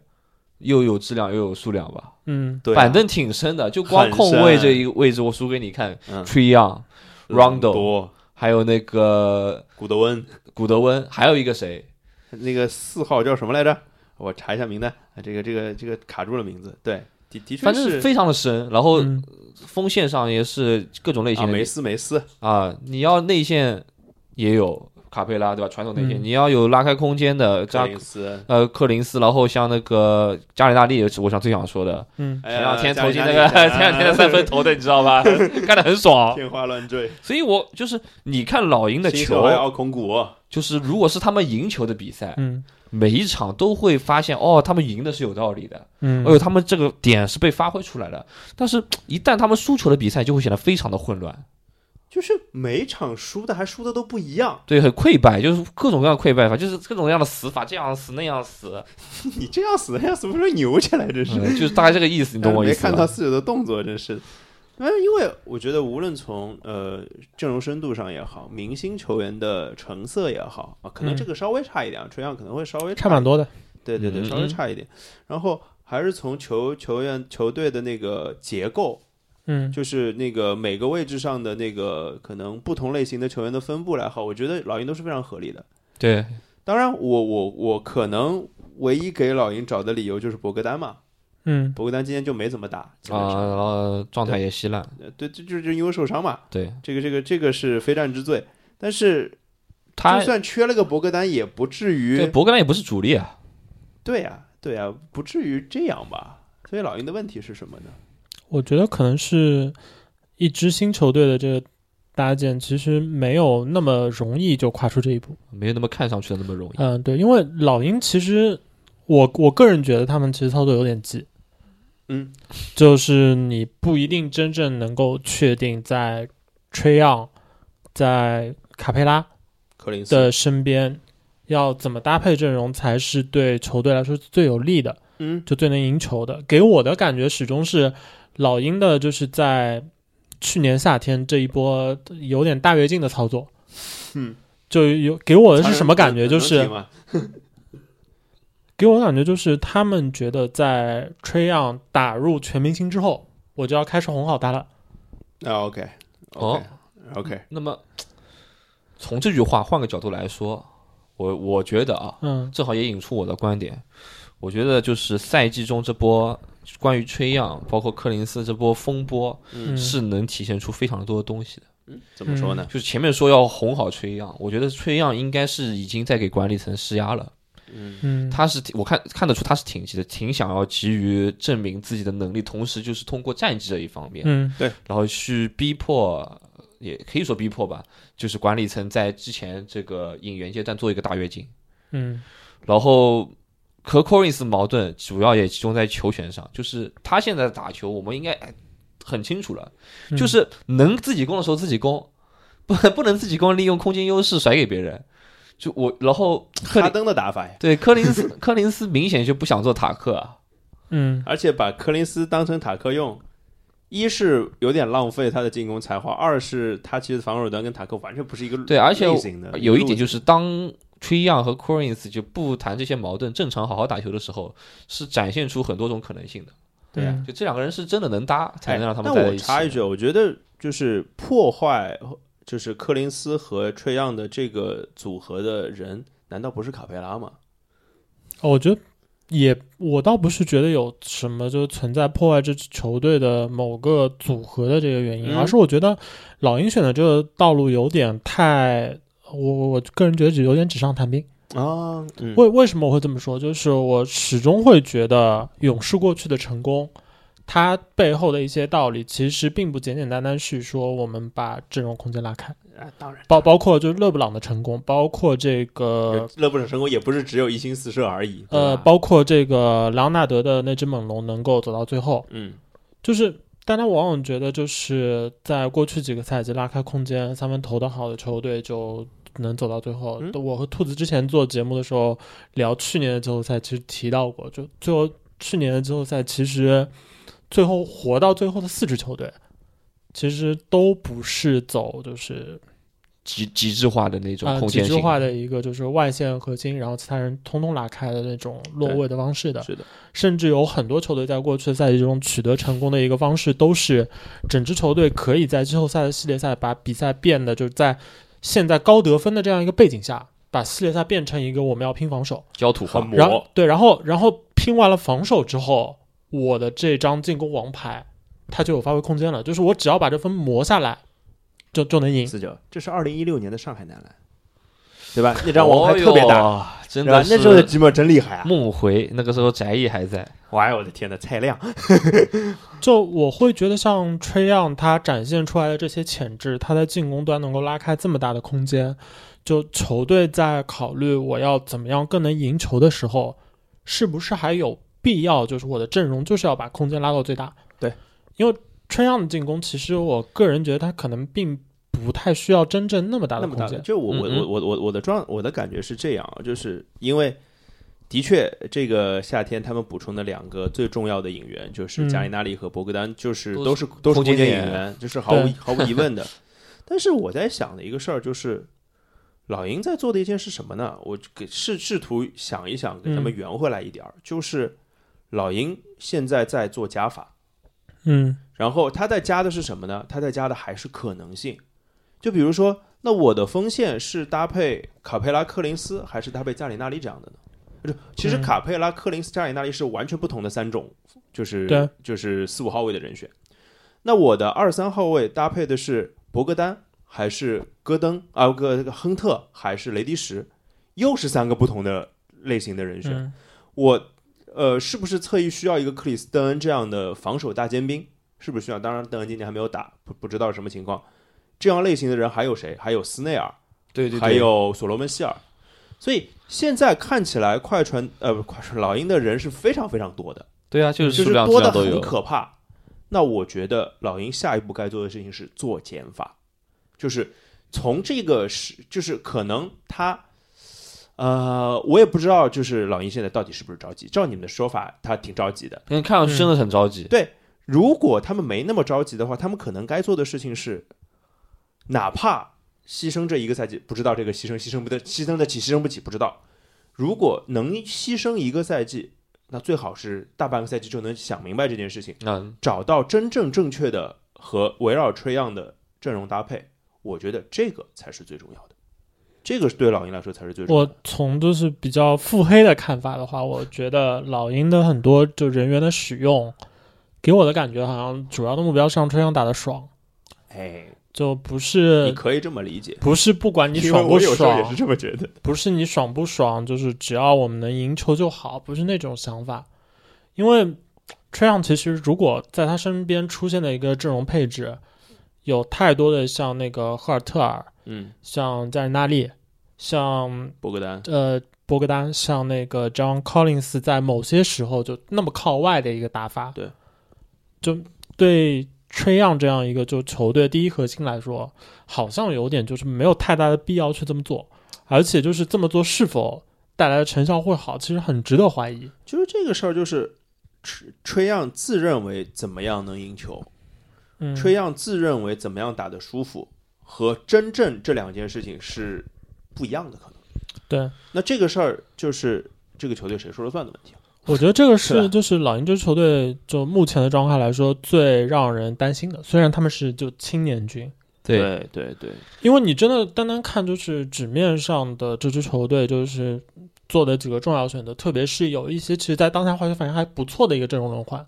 C: 又有质量又有数量吧，
B: 嗯，
A: 对啊，
C: 板凳挺深的，就光
A: 很
C: 控
A: 深
C: 卫这一个位置，我数给你看
A: 嗯
C: t r e y o n Rondo，
A: 多
C: 还有那个
A: 古德温
C: 古德温，还有一个谁？
A: 那个四号叫什么来着？我查一下名单，啊这个这个这个卡住了名字，对，的的确
C: 反正
A: 是
C: 非常的深，然后
B: 嗯
C: 锋线上也是各种类型
A: 啊，
C: 的
A: 梅斯梅斯，
C: 啊，你要内线也有，卡佩拉，对吧？传统内线，
B: 嗯
C: 你要有拉开空间的
A: 扎
C: 扎
A: 里斯，
C: 呃克林斯，然后像那个加里纳利也是我想最想说的，
B: 嗯
A: 哎
C: 前
A: 呀
C: 两天投进那
A: 加
C: 个
A: 里纳利
C: 前两天的三分投的，你知 道吧？干得很爽。
A: 天花乱坠，
C: 所以我就是你看老鹰的
A: 新
C: 球
A: 手，还要控股，
C: 就是如果是他们赢球的比赛，
B: 嗯
C: 每一场都会发现哦，他们赢的是有道理的，
B: 嗯，
C: 哎呦，他们这个点是被发挥出来了。但是，一旦他们输球的比赛，就会显得非常的混乱，
A: 就是每一场输的还输的都不一样，
C: 对，很溃败，就是各种各样的溃败法，就是各种各样的死法，这样死那样死，
A: 你这样死那样死，不是牛起来，真是。
C: 嗯 就是大概这个意思，你懂我意
A: 没
C: 思吧？
A: 看到四九的动作，真是。嗯，因为我觉得无论从呃阵容深度上也好，明星球员的成色也好啊，可能
B: 嗯
A: 这个稍微差一点，啊，春阳可能会稍微
B: 差蛮多的，
A: 对对对，稍
C: 嗯
A: 微
C: 嗯
A: 差一点。然后还是从球球员球队的那个结构，
B: 嗯
A: 就是那个每个位置上的那个可能不同类型的球员的分布来好，我觉得老鹰都是非常合理的。
C: 对，
A: 当然我，我我可能唯一给老鹰找的理由就是博格丹嘛，
B: 嗯
A: 博格丹今天就没怎么打，基本
C: 啊、
A: 上
C: 然后状态也稀烂，
A: 呃对，这就就因为受伤嘛，
C: 对
A: 这个这个这个是非战之罪。但是
C: 他
A: 就，算缺了个博格丹，也不至
C: 对
A: 于
C: 博格兰也不是主力啊，
A: 对呀、对呀、不至于这样吧？所以老鹰的问题是什么呢？
B: 我觉得可能是一支新球队的这个搭建，其实没有那么容易就跨出这一步。
C: 没有那么看上去的那么容易。
B: 嗯，对，因为老鹰其实我我个人觉得他们其实操作有点急，
A: 嗯，
B: 就是你不一定真正能够确定在吹样在卡佩拉
A: 柯林斯，
B: 的身边要怎么搭配阵容才是对球队来说最有利的。
A: 嗯，
B: 就最能赢球的。给我的感觉始终是老鹰的，就是在去年夏天这一波有点大跃进的操作。
A: 嗯，
B: 就有给我的
A: 常
B: 是
A: 人
B: 什么感
A: 不
B: 觉？
A: 能
B: 就
A: 能提
B: 是
A: 吗
B: 给我的感觉就是他们觉得在 t r y o n 打入全明星之后，我就要开始红好他了。
A: 啊，OK，
C: 哦
A: OK，
C: 那么，从这句话换个角度来说，我我觉得啊，
B: 嗯
C: 正好也引出我的观点。我觉得就是赛季中这波关于吹样，包括柯林斯这波风波，
B: 嗯，
C: 是能体现出非常多的东西的。
A: 嗯，怎么说呢？
C: 就是前面说要哄好吹样，我觉得吹样应该是已经在给管理层施压了。
A: 嗯
B: 嗯，
C: 他是挺我看看得出他是挺急的，挺想要急于证明自己的能力，同时就是通过战绩这一方面，
B: 嗯
C: 然后去逼迫，也可以说逼迫吧，就是管理层在之前这个引援阶段做一个大跃进。
B: 嗯
C: 然后和 Collins 矛盾主要也集中在球权上，就是他现在打球，我们应该哎很清楚了，
B: 嗯
C: 就是能自己攻的时候自己攻，不 不能自己攻，利用空间优势甩给别人。就我，然后克
A: 哈
C: 林
A: 登的打法呀，
C: 对柯林斯， 柯林斯明显就不想做塔克啊，
B: 嗯
A: 而且把柯林斯当成塔克用，一是有点浪费他的进攻才华，二是他其实防守端跟塔克完全不是一个
C: 对而且
A: 类型的
C: 有一点就是是当。崔样和 Collins 就不谈这些矛盾，正常好好打球的时候，是展现出很多种可能性的。
A: 对呀
B: 嗯
C: 就这两个人是真的能搭，才能让他们
A: 哎
C: 在
A: 但我
C: 一起。
A: 插一句，我觉得就是破坏就是柯林斯和吹样的这个组合的人，难道不是卡佩拉吗？
B: 哦我觉得。也，我倒不是觉得有什么就是存在破坏这支球队的某个组合的这个原因，
A: 嗯
B: 而是我觉得老鹰选的这个道路有点太，我我我个人觉得有点纸上谈兵。
A: 啊，嗯，
B: 为为什么我会这么说？就是我始终会觉得勇士过去的成功，它背后的一些道理其实并不简简单单是说我们把阵容空间拉开，
A: 啊当然，
B: 包包括就是勒布朗的成功，包括这个
A: 勒布朗成功也不是只有一星四射而已，对
B: 呃，
A: 吧
B: 包括这个莱昂纳德的那只猛龙能够走到最后，
A: 嗯
B: 就是大家往往觉得就是在过去几个赛季拉开空间，三分投得好的球队就能走到最后。
A: 嗯
B: 我和兔子之前做节目的时候聊去年的季后赛，其实提到过，就最后去年的季后赛其实最后活到最后的四支球队，其实都不是走就是
C: 极极致化的那种
B: 啊
C: 空
B: 极
C: 间
B: 致
C: 性。
B: 化的一个就是外线核心，然后其他人通通拉开的那种落位的方式的。
A: 是的，
B: 甚至有很多球队在过去的赛季中取得成功的一个方式，都是整支球队可以在季后赛的系列赛把比赛变得就是在现在高得分的这样一个背景下，把系列赛变成一个我们要拼防守，
C: 焦土
A: 很
C: 化，
B: 然
A: 磨
B: 后对，然后然后拼完了防守之后，我的这张进攻王牌它就有发挥空间了，就是我只要把这分磨下来，就就能赢。
A: 四九，这是二零一六年的上海男篮，对吧？那张王牌特别大，
C: 大，真
A: 对吧
C: 的？
A: 那时候的吉姆哦真厉害啊！
C: 梦回，那个时候翟毅还在，
A: 哇，哦我的天呐，蔡亮，
B: 就我会觉得像 t r e y o n 他展现出来的这些潜质，他在进攻端能够拉开这么大的空间，就球队在考虑我要怎么样更能赢球的时候，是不是还有必要就是我的阵容就是要把空间拉到最大？
A: 对，
B: 因为 t r e y o n 的进攻，其实我个人觉得他可能并不太需要真正那么大
A: 那
B: 的
A: 么
B: 空
A: 大
B: 间
A: 的，。就我我
C: 嗯
A: 我我我我的状我的感觉是这样啊，就是因为的确这个夏天他们补充的两个最重要的引援就是
B: 嗯
A: 加里纳利和博格丹，就是
C: 都
A: 都是都是
C: 空
A: 空
C: 间
A: 间引
C: 引
A: 援，就是毫无
B: 对
A: 毫无疑问 的。但是我在想的一个事儿就是。老鹰在做的一件是什么呢？我给试试图想一想，给他们
B: 嗯
A: 圆回来一点儿，就是老鹰现在在做加法，
B: 嗯
A: 然后他在加的是什么呢？他在加的还是可能性。就比如说，那我的锋线是搭配卡佩拉、科林斯，还是搭配加里纳利这样的呢？就其实
B: 嗯
A: 卡佩拉、科林斯、加里纳利是完全不同的三种，就是
B: 对
A: 就是四五号位的人选。那我的二三号位搭配的是博格丹，还是戈登啊？个亨特还是雷迪什？又是三个不同的类型的人选。
B: 嗯
A: 我呃，是不是侧翼需要一个克里斯登恩这样的防守大尖兵？是不是需要？当然，邓恩今年还没有打，不不知道什么情况。这样类型的人还有谁？还有斯内尔，
C: 对对
A: 还有所罗门希尔。所以现在看起来，快船呃，不快船老鹰的人是非常非常多的，
C: 对啊，就是
A: 就
C: 数
A: 是
C: 量质
A: 多的
C: 量都
A: 很
C: 有。
A: 可怕。那我觉得老鹰下一步该做的事情是做减法，就是从这个是，就是可能他，呃，我也不知道，就是老鹰现在到底是不是着急。照你们的说法，他挺着急的。
C: 因为嗯看上去真的很着急，
A: 如果他们没那么着急的话，他们可能该做的事情是，哪怕牺牲这一个赛季，不知道这个牺牲牺牲不得，牺牲得起牺牲不起不知道。如果能牺牲一个赛季，那最好是大半个赛季就能想明白这件事情。
C: 嗯，
A: 找到真正正确的和围绕 t r e y o n 的阵容搭配，我觉得这个才是最重要的，这个是对老鹰来说才是最重要
B: 我
A: 的。
B: 从就是比较腹黑的看法的话，我觉得老鹰的很多就人员的使用，给我的感觉好像主要的目标是让吹上打得爽，
A: 哎，
B: 就不
A: 你
B: 是
A: 可以这么理解，
B: 不是不管呃你
A: 因为
B: 爽不
A: 我有时候也是
B: 爽，
A: 这么觉得。
B: 不是你爽不爽，就是只要我们能赢球就好，不是那种想法。因为吹上其实如果在他身边出现的一个阵容配置，有太多的像那个赫尔特尔，
A: 嗯，
B: 像加里纳利，像
A: 博格丹，
B: 呃，博格丹像那个 John Collins 在某些时候就那么靠外的一个打法，
A: 对，
B: 就对 t r e y o n 这样一个就球队第一核心来说，好像有点就是没有太大的必要去这么做，而且就是这么做是否带来的成效会好，其实很值得怀疑。
A: 就是这个事儿，就是吹样自认为怎么样能赢球，
B: 嗯，
A: 吹样自认为怎么样打得舒服，和真正这两件事情是不一样的。可能
B: 对，
A: 那这个事儿就是这个球队谁说了算的问题。啊
B: 我觉得这个
A: 是
B: 是
A: 吧
B: 就是老鹰这支球队就目前的状态来说最让人担心的，虽然他们是就青年军。
C: 对，
A: 对对，
B: 因为你真的单单看就是纸面上的这支球队，就是做的几个重要选择，特别是有一些其实，在当下化学反应还不错的一个阵容轮换。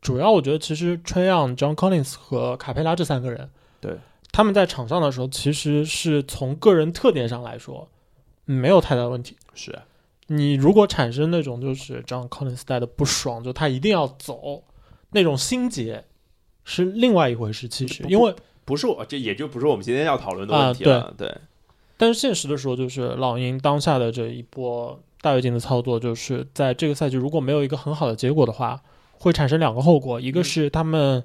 B: 主要我觉得其实 t r e y o n John Collins 和卡佩拉这三个人，
A: 对
B: 他们在场上的时候，其实是从个人特点上来说没有太大问题。
A: 是啊
B: 你如果产生那种就是 John Collins 带的不爽，就他一定要走那种心结，是另外一回事。其实
A: 不
B: 因为
A: 不是我，这也就不是我们今天要讨论的
B: 啊
A: 问题了。对，
B: 但是现实的时候，就是老鹰当下的这一波大跃进的操作，就是在这个赛季如果没有一个很好的结果的话，会产生两个后果，一个是他们，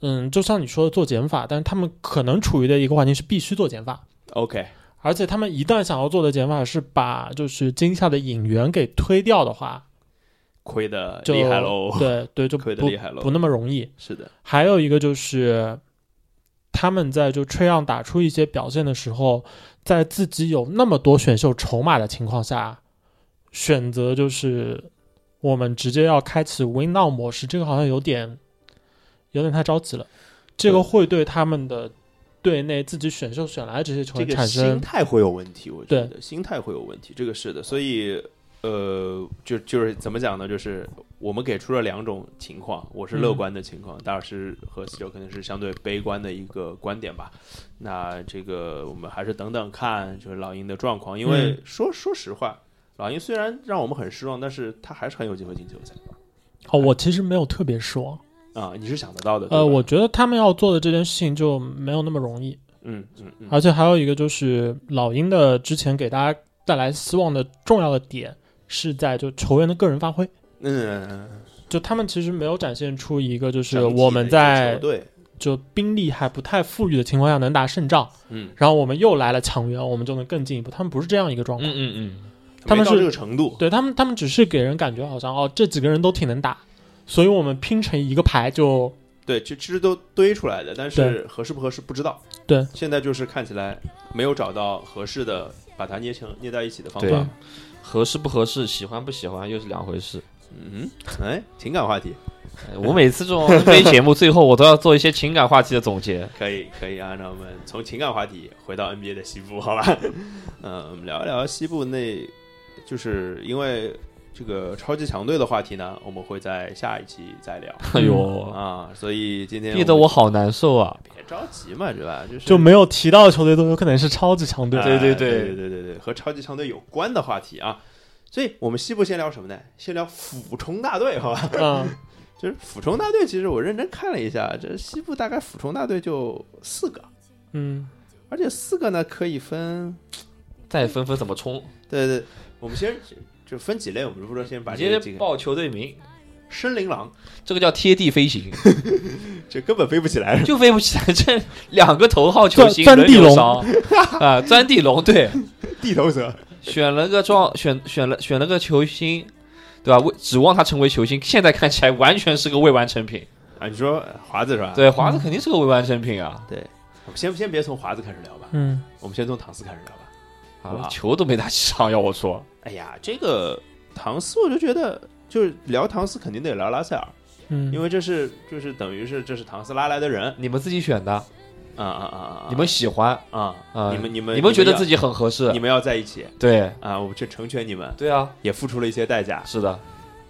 B: 嗯，就像你说的做减法，但是他们可能处于的一个环境是必须做减法，
A: OK，
B: 而且他们一旦想要做的减法是把就是今夏的引援给推掉的话，
A: 亏的
B: 就
A: 厉害喽，
B: 对 对，就
A: 亏的
B: 不
A: 厉害喽
B: 不。那么容易。
A: 是的，
B: 还有一个就是，他们在就吹让打出一些表现的时候，在自己有那么多选秀筹码的情况下，选择就是我们直接要开启 Win Now 模式，这个好像有点有点太着急了，这个会对他们的队内自己选秀选来的这些球
A: 这
B: 员
A: 个
B: 产
A: 心
B: 生
A: 态会有问题，我觉得心态会有问题，这个是的。所以呃，就就是怎么讲呢？就是我们给出了两种情况，我是
B: 嗯
A: 乐观的情况，大老师和四九可能是相对悲观的一个观点吧。那这个我们还是等等看，就是老鹰的状况，因为
B: 嗯
A: 说说实话，老鹰虽然让我们很失望，但是他还是很有机会进球赛
B: 哦，我其实没有特别失望。
A: 啊、你是想得到的，对
B: 呃，
A: 吧
B: 我觉得他们要做的这件事情就没有那么容易，
A: 嗯嗯嗯，
B: 而且还有一个就是老鹰的之前给大家带来希望的重要的点是在就球员的个人发挥，
A: 嗯，嗯
B: 就他们其实没有展现出一个就是
A: 整体
B: 我
A: 的
B: 们
A: 一个
B: 在
A: 球队，
B: 就兵力还不太富裕的情况下能打胜仗，
A: 嗯，
B: 然后我们又来了强援，我们就能更进一步。他们不是这样一个状况，
C: 嗯嗯
B: 他
A: 没
B: 们
A: 到
B: 是
A: 这个程度，
B: 对他们他们只是给人感觉好像哦这几个人都挺能打，所以我们拼成一个牌就
A: 对，就其实都堆出来的，但是
B: 对
A: 合适不合适不知道。
B: 对，
A: 现在就是看起来没有找到合适的把它捏成捏在一起的方
C: 对
A: 法
B: 对。
C: 嗯，合适不合适，喜欢不喜欢又是两回事。
A: 嗯，哎，情感话题
C: 哎 我每次这种 NBA 节目最后我都要做一些情感话题的总结。
A: 可以可以啊，那我们从情感话题回到 NBA 的西部，好吧？ 嗯，我们聊一聊西部那，就是因为这个超级强队的话题呢，我们会在下一期再聊
C: 哎呦，
A: 啊。所以今天
C: 逼得
A: 我
C: 我好难受啊！
A: 们别着急嘛，对吧？就是
B: 就没有提到的球队都有可能是超级强队。
A: 哎对
C: 对对
A: 对
C: 对
A: 对对对，和超级强队有关的话题啊。所以我们西部先聊什么呢？先聊俯冲大队，好吧？
B: 嗯，
A: 就是俯冲大队，其实我认真看了一下，这西部大概俯冲大队就四个，
B: 嗯，
A: 而且四个呢可以分，
C: 再纷纷怎么冲？
A: 对对，我们先就分几类，我们不说先把
C: 你
A: 这
C: 直
A: 几
C: 接
A: 个
C: 报球队名，
A: 森林狼，
C: 这个叫贴地飞行，
A: 这根本飞不起来，
C: 就飞不起来。这两个头号球星
B: 钻钻地
C: 轮流
B: 龙
C: 伤啊，钻地龙对，
A: 地头蛇。
C: 选了个状，选选了选了个球星，对吧？为指望他成为球星，现在看起来完全是个未完成品。
A: 啊，你说华子是吧？，
C: 对，华子肯定是个未完成品啊！
A: 我们先先别从华子开始聊吧，
B: 嗯，
A: 我们先从唐斯开始聊吧。好吧
C: 啊，球都没打几场，要我说，
A: 哎呀，这个唐斯，我就觉得就是聊唐斯肯定得聊拉塞尔。
B: 嗯，
A: 因为这是就是等于是这是唐斯拉来的人，
C: 你们自己选的，
A: 啊啊啊啊！
C: 你们喜欢
A: 啊
C: 啊？
A: 你们你们
C: 你们觉得自
A: 己
C: 己很合适
A: 你？们要在一起
C: 对
A: 啊，我这成全你们，
C: 对啊，
A: 也付出了一些代价。
C: 是的，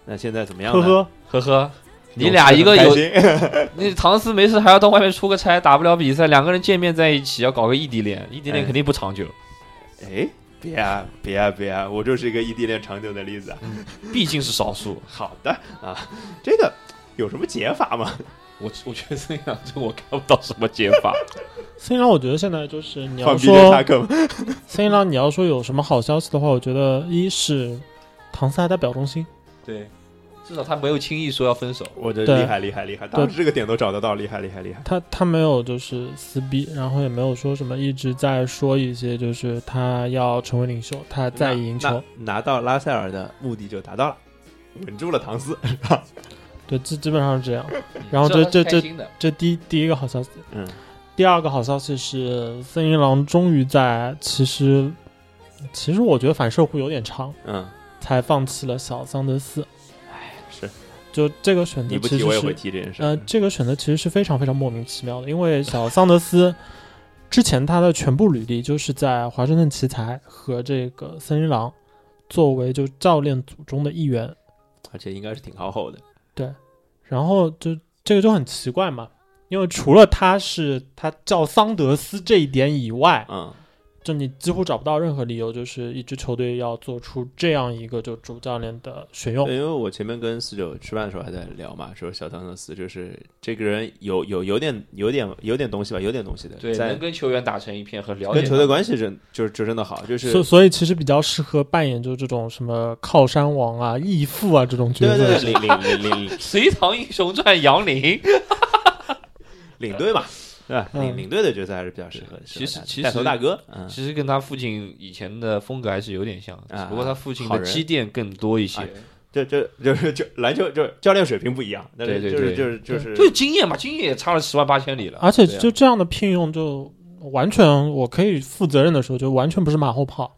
A: 那现在怎么样
B: 呵
A: 呢？
B: 呵，
C: 呵呵。你俩一个
A: 开
C: 有
A: 心
C: 那唐斯没事还要到外面出个差，打不了比赛，两个人见面在一起要搞个异地恋，异地
A: 哎
C: 恋肯定不长久，
A: 哎，别啊别啊别啊！我就是一个异地恋长久的例子啊。
C: 毕竟是少数。
A: 好的啊，这个有什么解法吗？
C: 我我觉得这样，这我看不到什么解 法。
B: 森林狼，我觉得现在就是你要
A: 换 BJ 塔
B: 说
A: 克吗？
B: 森林狼，你要说有什么好消息的话，我觉得一是唐斯还在表忠心，
C: 对，至少他没有轻易说要分手。
A: 我的
B: 对
A: 厉害厉害厉害！当时这个点都找得到，厉害厉害厉害！
B: 他他没有就是撕逼，然后也没有说什么一直在说一些就是他要成为领袖，他在意赢球，
A: 那拿到拉塞尔的目的就达到了，稳住了唐斯。
B: 对，基基本上是这样。然后这这这这第一第一个好消息，
A: 嗯，
B: 第二个好消息是森林狼终于在其实其实我觉得反射弧有点长，
A: 嗯，
B: 才放弃了小桑德斯，
A: 是
B: 就这个选择
A: 你不
B: 其
A: 提我也
B: 实
A: 会
B: 是
A: 提这件事。
B: 呃，这个选择其实是非常非常莫名其妙的，因为小桑德斯之前他的全部履历就是在华盛顿奇才和这个森林狼作为就教练组中的一员，
A: 而且应该是挺靠后的。嗯
B: 然后就这个就很奇怪嘛，因为除了他是他叫桑德斯这一点以外，
A: 嗯，
B: 就你几乎找不到任何理由，就是一支球队要做出这样一个就主教练的选用
A: 对，。因为我前面跟四九吃饭的时候还在聊嘛，说小唐德斯就是这个人有有有点有点有点东西吧，有点东西的，
C: 对
A: 在
C: 能跟球员打成一片和了解
A: 跟球队关系真就是就真的好，就是
B: 所所以其实比较适合扮演就这种什么靠山王啊、义父啊这种角
A: 对
B: 色。
A: 对对领领领领
C: 《隋唐英雄传》杨林，
A: 领队嘛，对吧？领
B: 嗯
A: 领队的角色还是比较适合的，
C: 其实
A: 适合他的
C: 其实
A: 带头大哥，嗯
C: 其实跟他父亲以前的风格还是有点像，
A: 啊
C: 只不过他父亲
A: 好
C: 的
A: 人
C: 积淀更多一些
A: 哎，这这就是就篮球就是教练水平不一样，但是
C: 对
A: 就
C: 对
A: 是
C: 对
A: 就是就是
C: 就是经验嘛，经验也差了十万八千里了。
B: 而且
A: 对啊
B: 就这样的聘用，就完全我可以负责任的说，就完全不是马后炮，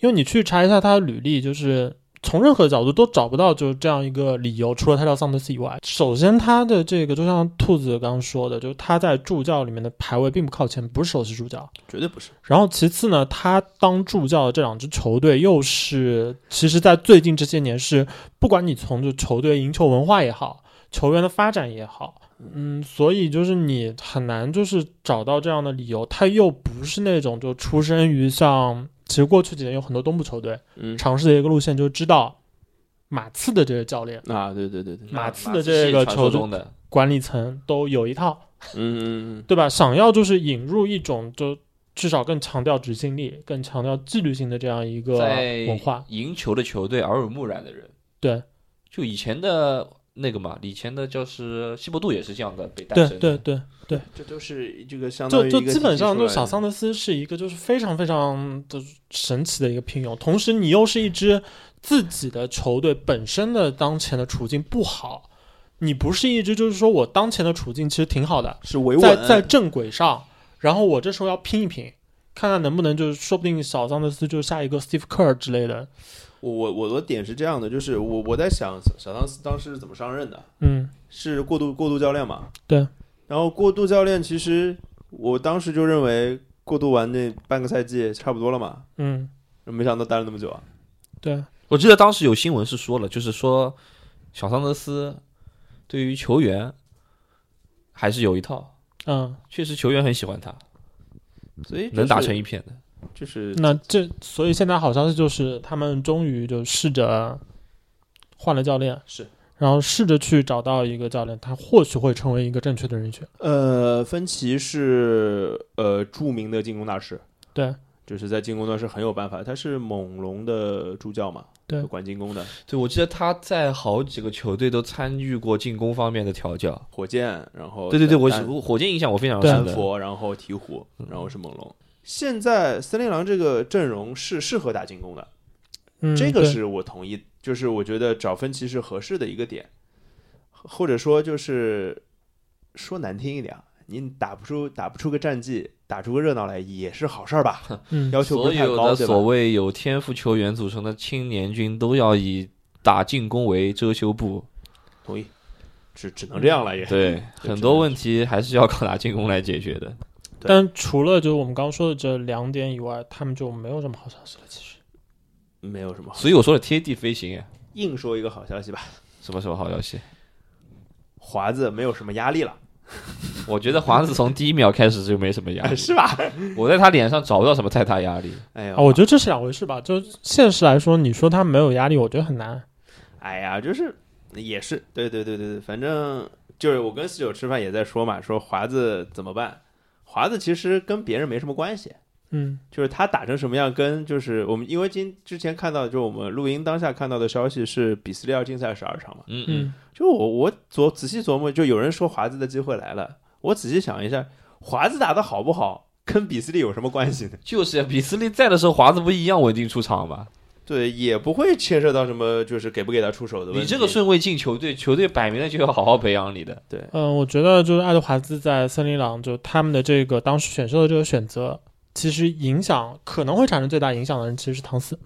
B: 因为你去查一下他的履历，就是从任何角度都找不到就是这样一个理由，除了他叫桑德斯以外。首先，他的这个就像兔子刚刚说的，就是他在助教里面的排位并不靠前，不是首席助教。
A: 绝对不是。
B: 然后其次呢，他当助教的这两支球队又是，其实，在最近这些年是，不管你从就球队赢球文化也好，球员的发展也好，嗯，所以就是你很难就是找到这样的理由。他又不是那种就出身于像，其实过去几年有很多东部球队
A: 嗯，
B: 尝试的一个路线，就知道马刺的这个教练、
A: 啊，对对对
C: 嗯
A: 对，
B: 马刺的这个
C: 马刺是传说
B: 球队
C: 中的，
B: 管理层都有一套，
A: 嗯嗯
B: 对吧？想要就是引入一种就至少更强调执行力、更强调纪律性的这样一个
C: 在
B: 文化，
C: 赢球的球队耳濡目染的人，
B: 对
C: 就以前的那个嘛，以前的就是西伯杜也是这样的被诞
B: 对
C: 生的。
B: 对对，
A: 嗯，这都是这个相当
B: 就
A: 于
B: 就
A: 一个
B: 基本
A: 体系
B: 上，
A: 出
B: 就
A: 来
B: 小
A: 的
B: 桑德斯是一个就是非常非常的神奇的一个聘用，同时你又是一支自己的球队本身的当前的处境不好，你不是一支就是说我当前的处境其实挺好的，
A: 是维稳
B: 在在正轨上，然后我这时候要拼一拼，看看能不能就是说不定小桑德斯就是下一个 Steve Kerr 之类的，
A: 我我我的点是这样的，就是我我在想小小桑斯当时是怎么上任的？
B: 嗯
A: 是过渡过渡教练嘛？
B: 对。
A: 然后过渡教练其实我当时就认为过渡完那半个赛季差不多了嘛，
B: 嗯，
A: 没想到待了那么久啊。
B: 对，
C: 我记得当时有新闻是说了，就是说小桑德斯对于球员还是有一套，
B: 嗯，
C: 确实球员很喜欢他，
A: 所以就是
C: 能打成一片的。
A: 就是
B: 那这所以现在好消息就是他们终于就试着换了教练，
A: 是，
B: 然后试着去找到一个教练，他或许会成为一个正确的人选。
A: 呃，芬奇是呃著名的进攻大师，
B: 对，
A: 就是在进攻端是很有办法，他是猛龙的助教嘛，
B: 对
A: 管进攻的，
C: 对，我记得他在好几个球队都参与过进攻方面的调教。
A: 火箭，然后
C: 对对对，我
A: 丹
C: 火箭印象我非常
B: 对
C: 深
A: 丹
C: 的。嗯
A: 佛，然后鹈鹕，然后是猛龙。现在森林狼这个阵容是适合打进攻的，
B: 嗯，
A: 这个
B: 对
A: 是我同意，就是我觉得找芬奇是合适的一个点，或者说就是说难听一点啊，你打不出打不出个战绩，打出个热闹来也是好事儿 吧？
B: 嗯，
A: 要求不
C: 所
A: 是太
C: 有的
A: 高，对吧
C: 所？谓有天赋球员组成的青年军都要以打进攻为遮羞 布，
A: 同意，只只能这样了也。
C: 对，很多问题还是要靠打进攻来解决的。
A: 对
B: 但除了就是我们刚刚说的这两点以外，他们就没有什么好消息了。其实，
A: 没有什么好，
C: 所以我说的贴地飞行，哎
A: 硬说一个好消息吧，
C: 什么什么好消息？
A: 华子没有什么压力了，
C: 我觉得华子从第一秒开始就没什么压 力，
A: 是吧？
C: 我在他脸上找不到什么太大压力。
A: 哎呀
B: 啊，，我觉得这是两回事吧。就现实来说，你说他没有压力，我觉得很难。
A: 哎呀，就是也是，对对对对对，反正就是我跟四九吃饭也在说嘛，说华子怎么办？华子其实跟别人没什么关系，
B: 嗯
A: 就是他打成什么样，跟就是我们因为今之前看到，就是我们录音当下看到的消息是比斯利要禁赛十二场嘛，
C: 嗯嗯，
B: 嗯，
A: 就我我琢仔细琢磨，就有人说华子的机会来了，我仔细想一下，华子打的好不好，跟比斯利有什么关系呢？
C: 就是啊呀，比斯利在的时候，华子不一样稳定出场吗？
A: 对，也不会牵涉到什么，就是给不给他出手的问题。
C: 你这个顺位进球队，球队摆明了就要好好培养你的。
B: 嗯，我觉得就是爱德华兹在森林狼，就他们的这个当时选秀的这个选择，其实影响可能会产生最大影响的人其实是唐斯，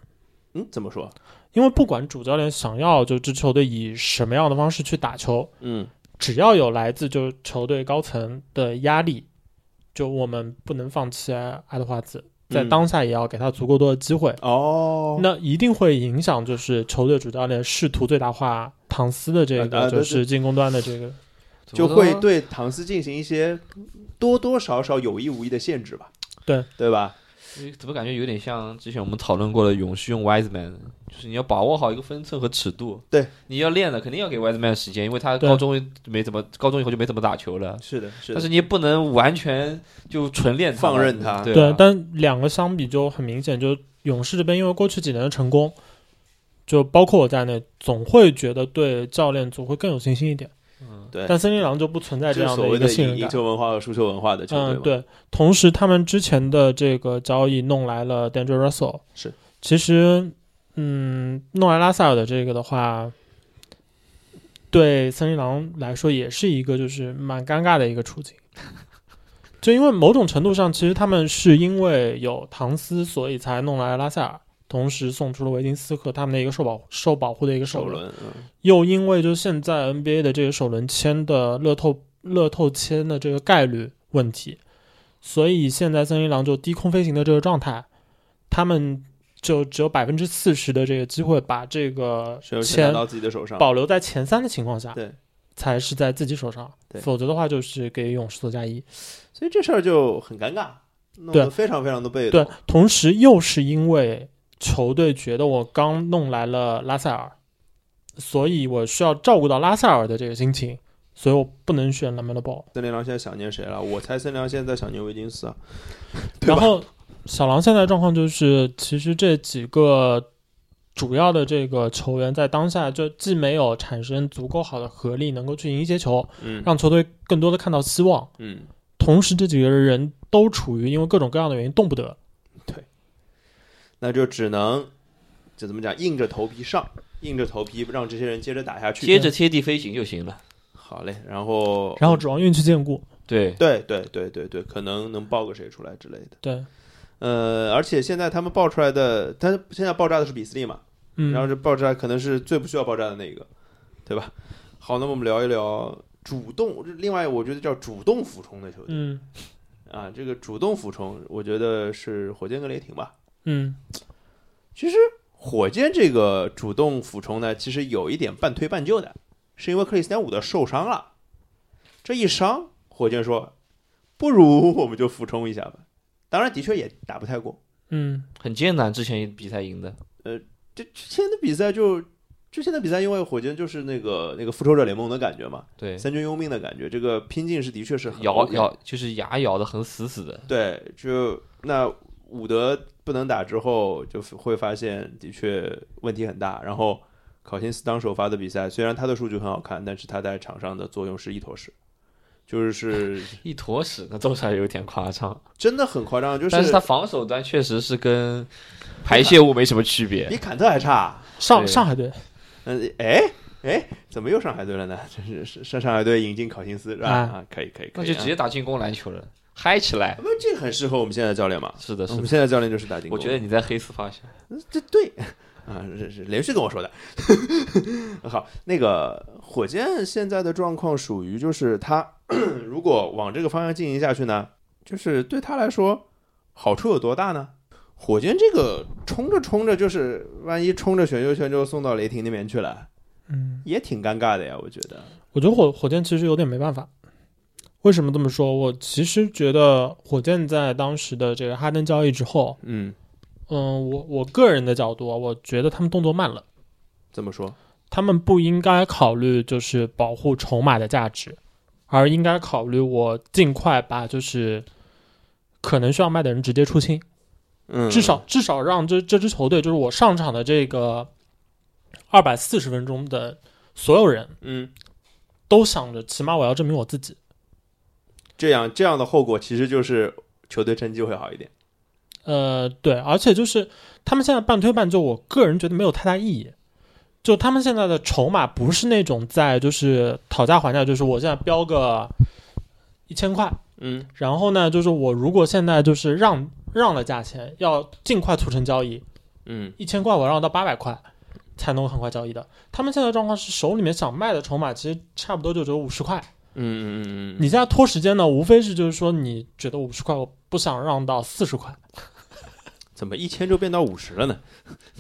A: 嗯，怎么说？
B: 因为不管主教练想要就这支球队以什么样的方式去打球，
A: 嗯，
B: 只要有来自就是球队高层的压力，就我们不能放弃爱德华兹，在
A: 嗯
B: 当下也要给他足够多的机会。
A: 哦，
B: 那一定会影响，就是球队主教练试图最大化唐斯的这
A: 啊啊
B: 个，
A: 对
B: 就
A: 对
B: 是进攻端的这个，
A: 就会对唐斯进行一些多多少少有意无意的限制吧？
B: 对，
A: 对吧？
C: 怎么感觉有点像之前我们讨论过的勇士用 Wiseman，就是你要把握好一个分寸和尺度。
A: 对，
C: 你要练的肯定要给 Wiseman 时间，因为他
B: 对
C: 高中没怎么，高中以后就没怎么打球了。
A: 是的，是
C: 但是你也不能完全就纯练他
A: 放任他
C: 对
B: 对
C: 吧，
B: 但两个相比就很明显，就勇士这边因为过去几年的成功，就包括我在内，总会觉得对教练组会更有信心一点。
A: 对，
B: 但森林狼就不存在
A: 这
B: 这
A: 是
B: 样
A: 所
B: 一
A: 谓
B: 个
A: 的
B: 信
A: 赢
B: 任
A: 赢
B: 感。
A: 球文化和输球文化的球队
B: 嗯
A: 嘛，，
B: 对。同时，他们之前的这个交易弄来了 d a n d r e Russell，
A: 是。
B: 其实，嗯，弄来拉塞尔的这个的话，对森林狼来说也是一个就是蛮尴尬的一个处境。 就因为某种程度上，其实他们是因为有唐斯，所以才弄来拉塞尔。同时送出了维金斯克他们的一个受保受保护的一个
A: 首
B: 首轮，
A: 轮，嗯
B: 又因为就是现在 NBA 的这个首轮签的乐透乐透签的这个概率问题，所以现在森林狼就低空飞行的这个状态，他们就只有百分之四十的这个机会把这个
A: 是有钱拿
B: 签
A: 到自己的手上，
B: 保留在前三的情况下，
A: 对，
B: 才是在自己手上，
A: 对
B: 否则的话就是给勇士做加一。
A: 所以这事儿就很尴尬，弄得
B: 对
A: 非常非常的被动
B: 对，，同时又是因为球队觉得我刚弄来了拉塞尔，所以我需要照顾到拉塞尔的这个心情，所以我不能选 LaMelo Ball。
A: 森林狼现在想念谁了？我猜森林狼现在在想念维金斯啊，对吧
B: 然后小狼现在状况就是，其实这几个主要的这个球员在当下就既没有产生足够好的合力，能够去赢一些球，
A: 嗯
B: 让球队更多的看到希望。
A: 嗯，
B: 同时，这几个人都处于因为各种各样的原因动不得。
A: 那就只能就怎么讲，硬着头皮上，硬着头皮让这些人接着打下去。
C: 接着贴地飞行就行了。
A: 好嘞，然后
B: 然后指望运气兼顾。
C: 对，
A: 对对对对对，可能能爆个谁出来之类的。
B: 对，
A: 呃，而且现在他们爆出来的，他现在爆炸的是比斯利嘛，
B: 嗯，
A: 然后这爆炸可能是最不需要爆炸的那个，对吧？好，那么我们聊一聊主动，另外我觉得叫主动俯冲的球队、
B: 嗯
A: 啊，这个主动俯冲，我觉得是火箭跟雷霆吧。
B: 嗯
A: 其实火箭这个主动俯冲呢，其实有一点半推半就的，是因为克里斯坦伍德受伤了，这一伤，火箭说，不如我们就俯冲一下吧。当然，的确也打不太过，
B: 嗯
C: 很艰难，之前比赛赢的。
A: 这之前的比赛就。之前的比赛，因为火箭就是那个那个复仇者联盟的感觉嘛，
C: 对，
A: 三军拥兵的感觉，这个拼劲是的确是很
C: 咬
A: OK 的
C: 咬就是牙咬的很死死的。
A: 对，就那伍德不能打之后，就会发现的确问题很大。然后考辛斯当首发的比赛，虽然他的数据很好看，但是他在场上的作用是一坨屎，就是
C: 一坨屎，那多少有点夸张。
A: 真的很夸张，就是
C: 但是他防守端确实是跟排泄物没什么区别。
A: 比坎特还差。，
B: 上
C: 对
B: 上海队，
A: 嗯，哎哎，怎么又上海队了呢？ 真是是上上海队引进考辛斯是吧？
B: 啊
A: 啊，可以可以，可
C: 那
A: 以
C: 就直接打进攻篮球了，嗨起来
A: 啊。不，这个很适合我们现在的教练嘛。
C: 是的，
A: 我
C: 是
A: 们
C: 的。
A: 现在教练呃就是打进攻，
C: 我觉得你在黑丝发现，
A: 这对 啊，是是连续跟我说的。 好，那个火箭现在的状况属于就是他 如果往这个方向进行下去呢，就是对他来说好处有多大呢？火箭这个冲着冲着，就是万一冲着选秀权就送到雷霆那边去了，
B: 嗯，
A: 也挺尴尬的呀。我觉得，
B: 我觉得火火箭其实有点没办法。为什么这么说？我其实觉得火箭在当时的这个哈登交易之后，
A: 嗯，
B: 嗯，我我个人的角度啊，我觉得他们动作慢了，
A: 怎么说？
B: 他们不应该考虑就是保护筹码的价值，而应该考虑我尽快把就是可能需要卖的人直接出清。
A: 嗯，
B: 至少至少让这这支球队，就是我上场的这个二百四十分钟的所有人
A: 嗯，
B: 都想着，起码我要证明我自己。
A: 这样这样的后果其实就是球队成绩会好一点。
B: 呃，对，而且就是他们现在半推半就，我个人觉得没有太大意义。就他们现在的筹码不是那种在就是讨价还价，就是我现在标个一千块，
A: 嗯
B: 然后呢，就是我如果现在就是让让了价钱，要尽快促成交易，
A: 嗯
B: 一千块我让到八百块才能够很快交易的。他们现在状况是手里面想卖的筹码其实差不多就只有五十块，
A: 嗯嗯嗯
B: 你现在拖时间呢，无非是就是说你觉得五十块我不想让到四十块，
A: 怎么一千就变到五十了呢？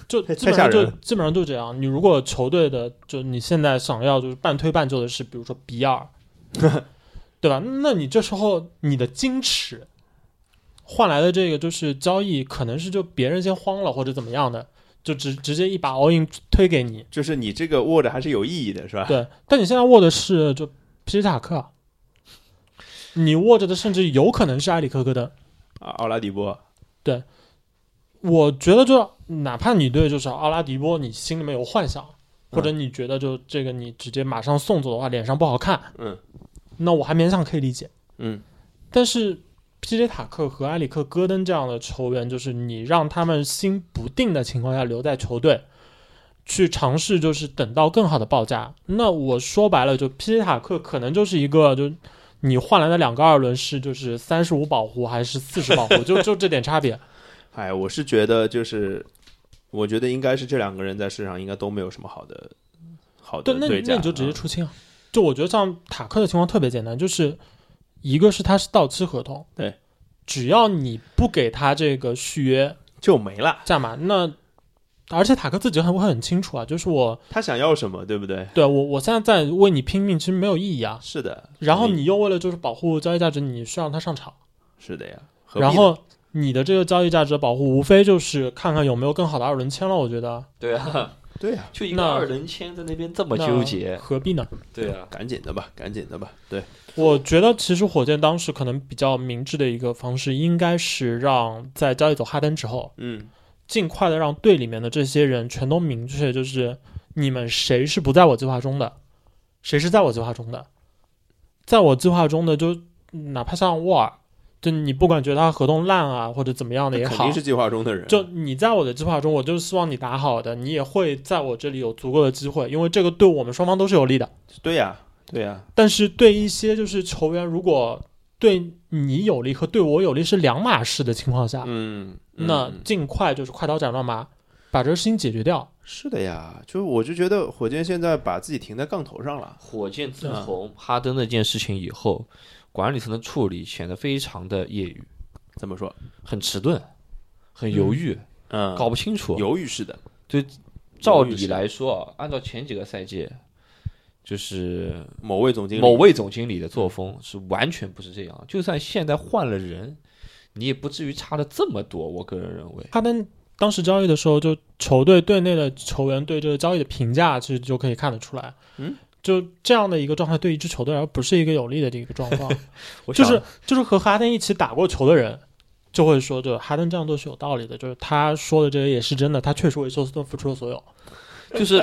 B: 就
A: 太
B: 基本
A: 太吓
B: 上就
A: 人了
B: 基本上就这样。你如果球队的就你现在想要就是半推半就的是，比如说 B 二，对吧？那你这时候你的矜持换来的这个就是交易，可能是就别人先慌了或者怎么样的，就直直接一把 all in 推给你。
A: 就是你这个握着还是有意义的，是吧？
B: 对，但你现在握的是就皮塔克啊，你握着的甚至有可能是埃里克戈登。
A: 啊，奥拉迪波，
B: 我觉得就哪怕你对就是奥拉迪波，你心里面有幻想，或者你觉得就这个你直接马上送走的话，脸上不好看，
A: 嗯
B: 那我还勉强可以理解。
A: 嗯，
B: 但是 PJ 塔克和埃里克戈登这样的球员，就是你让他们心不定的情况下留在球队，去尝试就是等到更好的报价。那我说白了，就 PJ 塔克可能就是一个就。你换来的两个二轮是就是三十五保护还是四十保护，就就这点差别。
A: 哎，我是觉得就是我觉得应该是这两个人在市场应该都没有什么好的好的
B: 对，那
A: 价。
B: 那你就直接
A: 嗯
B: 出清啊。就我觉得像塔克的情况特别简单，就是一个是他是到期合同，
A: 对，
B: 只要你不给他这个续约
A: 就没了。
B: 价码，那而且塔克自己很会很清楚啊，就是我
A: 他想要什么，对不对？
B: 对啊我我现在在为你拼命，其实没有意义啊。
A: 是的。
B: 然后
A: 所以
B: 你又为了就是保护交易价值，你需要让他上场，
A: 是的呀。何必呢
B: 然后你的这个交易价值的保护，无非就是看看有没有更好的二轮签了。我觉得
C: 对啊，
A: 对呀，
C: 就一个
B: 那
C: 二轮签在那边这么
B: 那
C: 纠结，
B: 何必呢？
C: 对啊，
A: 赶紧的吧，赶紧的吧。对，
B: 我觉得其实火箭当时可能比较明智的一个方式，应该是让在交易走哈登之后，
A: 嗯，
B: 尽快的让队里面的这些人全都明确，就是你们谁是不在我计划中的，谁是在我计划中的，在我计划中的就哪怕像沃尔，就你不管觉得他合同烂啊或者怎么样的
A: 那
B: 也
A: 肯
B: 好
A: 定，是计划中的人。
B: 就你在我的计划中，我就希望你打好的，你也会在我这里有足够的机会，因为这个对我们双方都是有利的。
A: 对呀，对呀，
B: 但是对一些就是球员，如果对你有利和对我有利是两码事的情况下，
A: 嗯，
B: 那
A: 嗯
B: 尽快就是快刀斩乱麻，
C: 嗯
B: 把这个事情解决掉。
A: 是的呀。就是我就觉得火箭现在把自己停在杠头上了。
C: 火箭自
A: 嗯
C: 从哈登那件事情以后，管理层的处理显得非常的业余，
A: 怎么说？
C: 很迟钝，很犹豫，
A: 嗯，
C: 搞不清楚。
A: 犹豫式的。
C: 照
A: 犹豫
C: 理
A: 是
C: 来说啊，按照前几个赛季，就是
A: 某位总经理，
C: 某位总经理的作风是完全不是这样。就算现在换了人，你也不至于差的这么多。我个人认为，
B: 哈登当时交易的时候，就球队队内的球员对这个交易的评价，其实就可以看得出来。
A: 嗯。
B: 就这样的一个状态，对一支球队而不是一个有利的这个状 况，
C: 我
B: 就
C: 想
B: 是就是和哈登一起打过球的人，就会说，就是哈登这样做是有道理的，就是他说的这些也是真的，他确实为休斯顿付出了所有。
C: 就是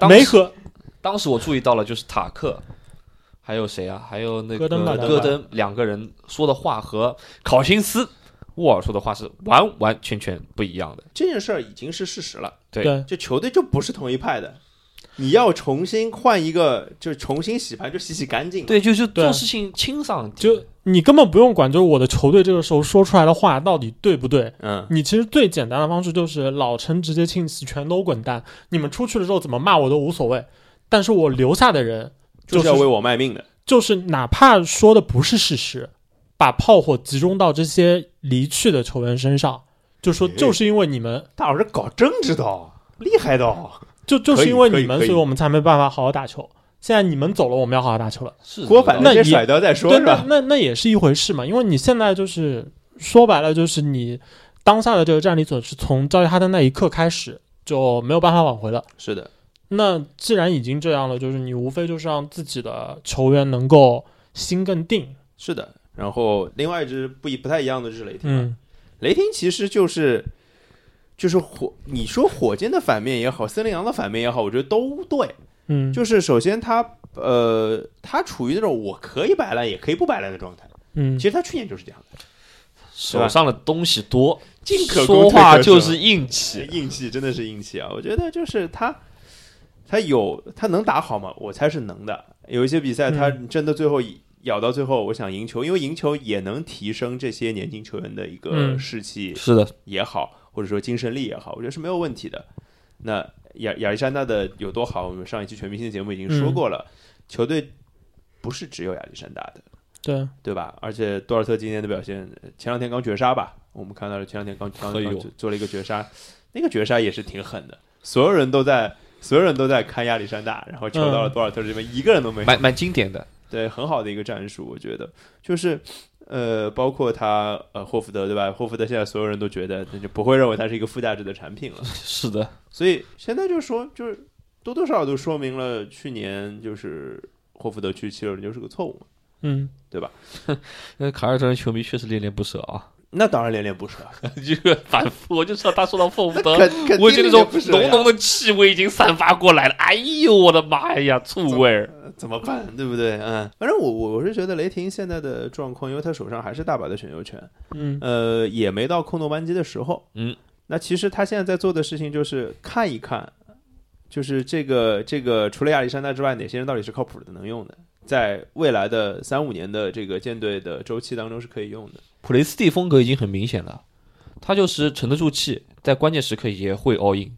C: 当
B: 梅
C: 时
B: 和
C: 当时我注意到了，就是塔克，还有谁啊？还有那个
B: 戈登吧
C: 戈登两个人说的话和考辛斯、沃尔说的话是完完全全不一样的。
A: 这件事儿已经是事实了，
C: 对
B: 对
A: 这球队就不是同一派的。你要重新换一个，就重新洗盘，就洗洗干净。
C: 对，就是
B: 对
C: 做事情清爽点，
B: 就你根本不用管，就是我的球队这个时候说出来的话到底对不对。
A: 嗯，
B: 你其实最简单的方式就是老陈直接清洗，全都滚蛋。你们出去了之后怎么骂我都无所谓，但是我留下的人
A: 就
B: 就是
A: 要为我卖命的。
B: 就是哪怕说的不是事实，把炮火集中到这些离去的球员身上，就说
A: 哎
B: 就是因为你们，
A: 大老师搞政治的哦，厉害的哦。
B: 就就
A: 可
B: 是
A: 以
B: 因为
A: 可以
B: 你们，
A: 可以
B: 所以我们才没办法好好打球。现在你们走了，我们要好好打球了。
C: 是
A: 锅反
B: 那
A: 正先
B: 也
A: 甩掉再说，
B: 对，
A: 是
B: 那
A: 吧？
B: 那那也是一回事嘛，因为你现在就是说白了，就是你当下的这个战力损失，从交易哈登那一刻开始就没有办法挽回了。
A: 是的，
B: 那既然已经这样了，就是你无非就是让自己的球员能够心更定。
A: 是的。然后另外一支不一不太一样的是雷霆，
B: 嗯，
A: 雷霆其实就是就是火，你说火箭的反面也好，森林狼的反面也好，我觉得都对。
B: 嗯，
A: 就是首先他呃，他处于那种我可以摆烂也可以不摆烂的状态。
B: 嗯
A: 其，实他去年就是这样的，
C: 手上的东西多，
A: 进可攻
C: 说
A: 退可
C: 话
A: 守
C: 就是硬
A: 是
C: 气。
A: 硬气，真的是硬气啊！我觉得就是他，他有他能打好吗？我猜是能的。有一些比赛，
B: 嗯
A: 他真的最后咬到最后，我想赢球，因为赢球也能提升这些年轻球员的一个
B: 嗯
A: 士气
C: 是的，
A: 也好，或者说精神力也好，我觉得是没有问题的。那亚亚历山大的有多好？我们上一期全明星的节目已经说过了，球队不是只有亚历山大的。
B: 对，
A: 对吧？而且多尔特今天的表现，呃前两天刚绝杀吧，我们看到了前两天刚刚
C: 哎呦
A: 刚做做了一个绝杀，那个绝杀也是挺狠的，所有人都在所有人都在看亚历山大，然后球到了多尔特这边，一个人都没有。
C: 蛮蛮经典的。
A: 对，很好的一个战术，我觉得就是。呃，包括他，呃，霍福德对吧？霍福德现在所有人都觉得，那就不会认为他是一个附加值的产品了。
C: 是的，
A: 所以现在就说，就是多多少少都说明了去年就是霍福德去七六人就是个错误嘛。
B: 嗯，
C: 那凯尔特人球迷确实恋恋不舍啊，
A: 那当然恋恋不舍， 啊
C: 这个反复，我就知道他说到凤福德
A: 肯肯定
C: 嗯我就那种
A: 恋恋不舍呀
C: 浓浓的气味已经散发过来了。哎呦，我的妈呀，醋味儿！
A: 呃怎么办，对不对？嗯，反正我我我是觉得雷霆现在的状况，因为他手上还是大把的选秀权，
B: 嗯，
A: 呃，也没到空头班机的时候。
C: 嗯，
A: 那其实他现在在做的事情就是看一看，就是这个这个除了亚历山大之外，哪些人到底是靠谱的、能用的，在未来的三五年的这个舰队的周期当中是可以用的。
C: 普雷斯蒂风格已经很明显了，他就是沉得住气，在关键时刻也会 all in。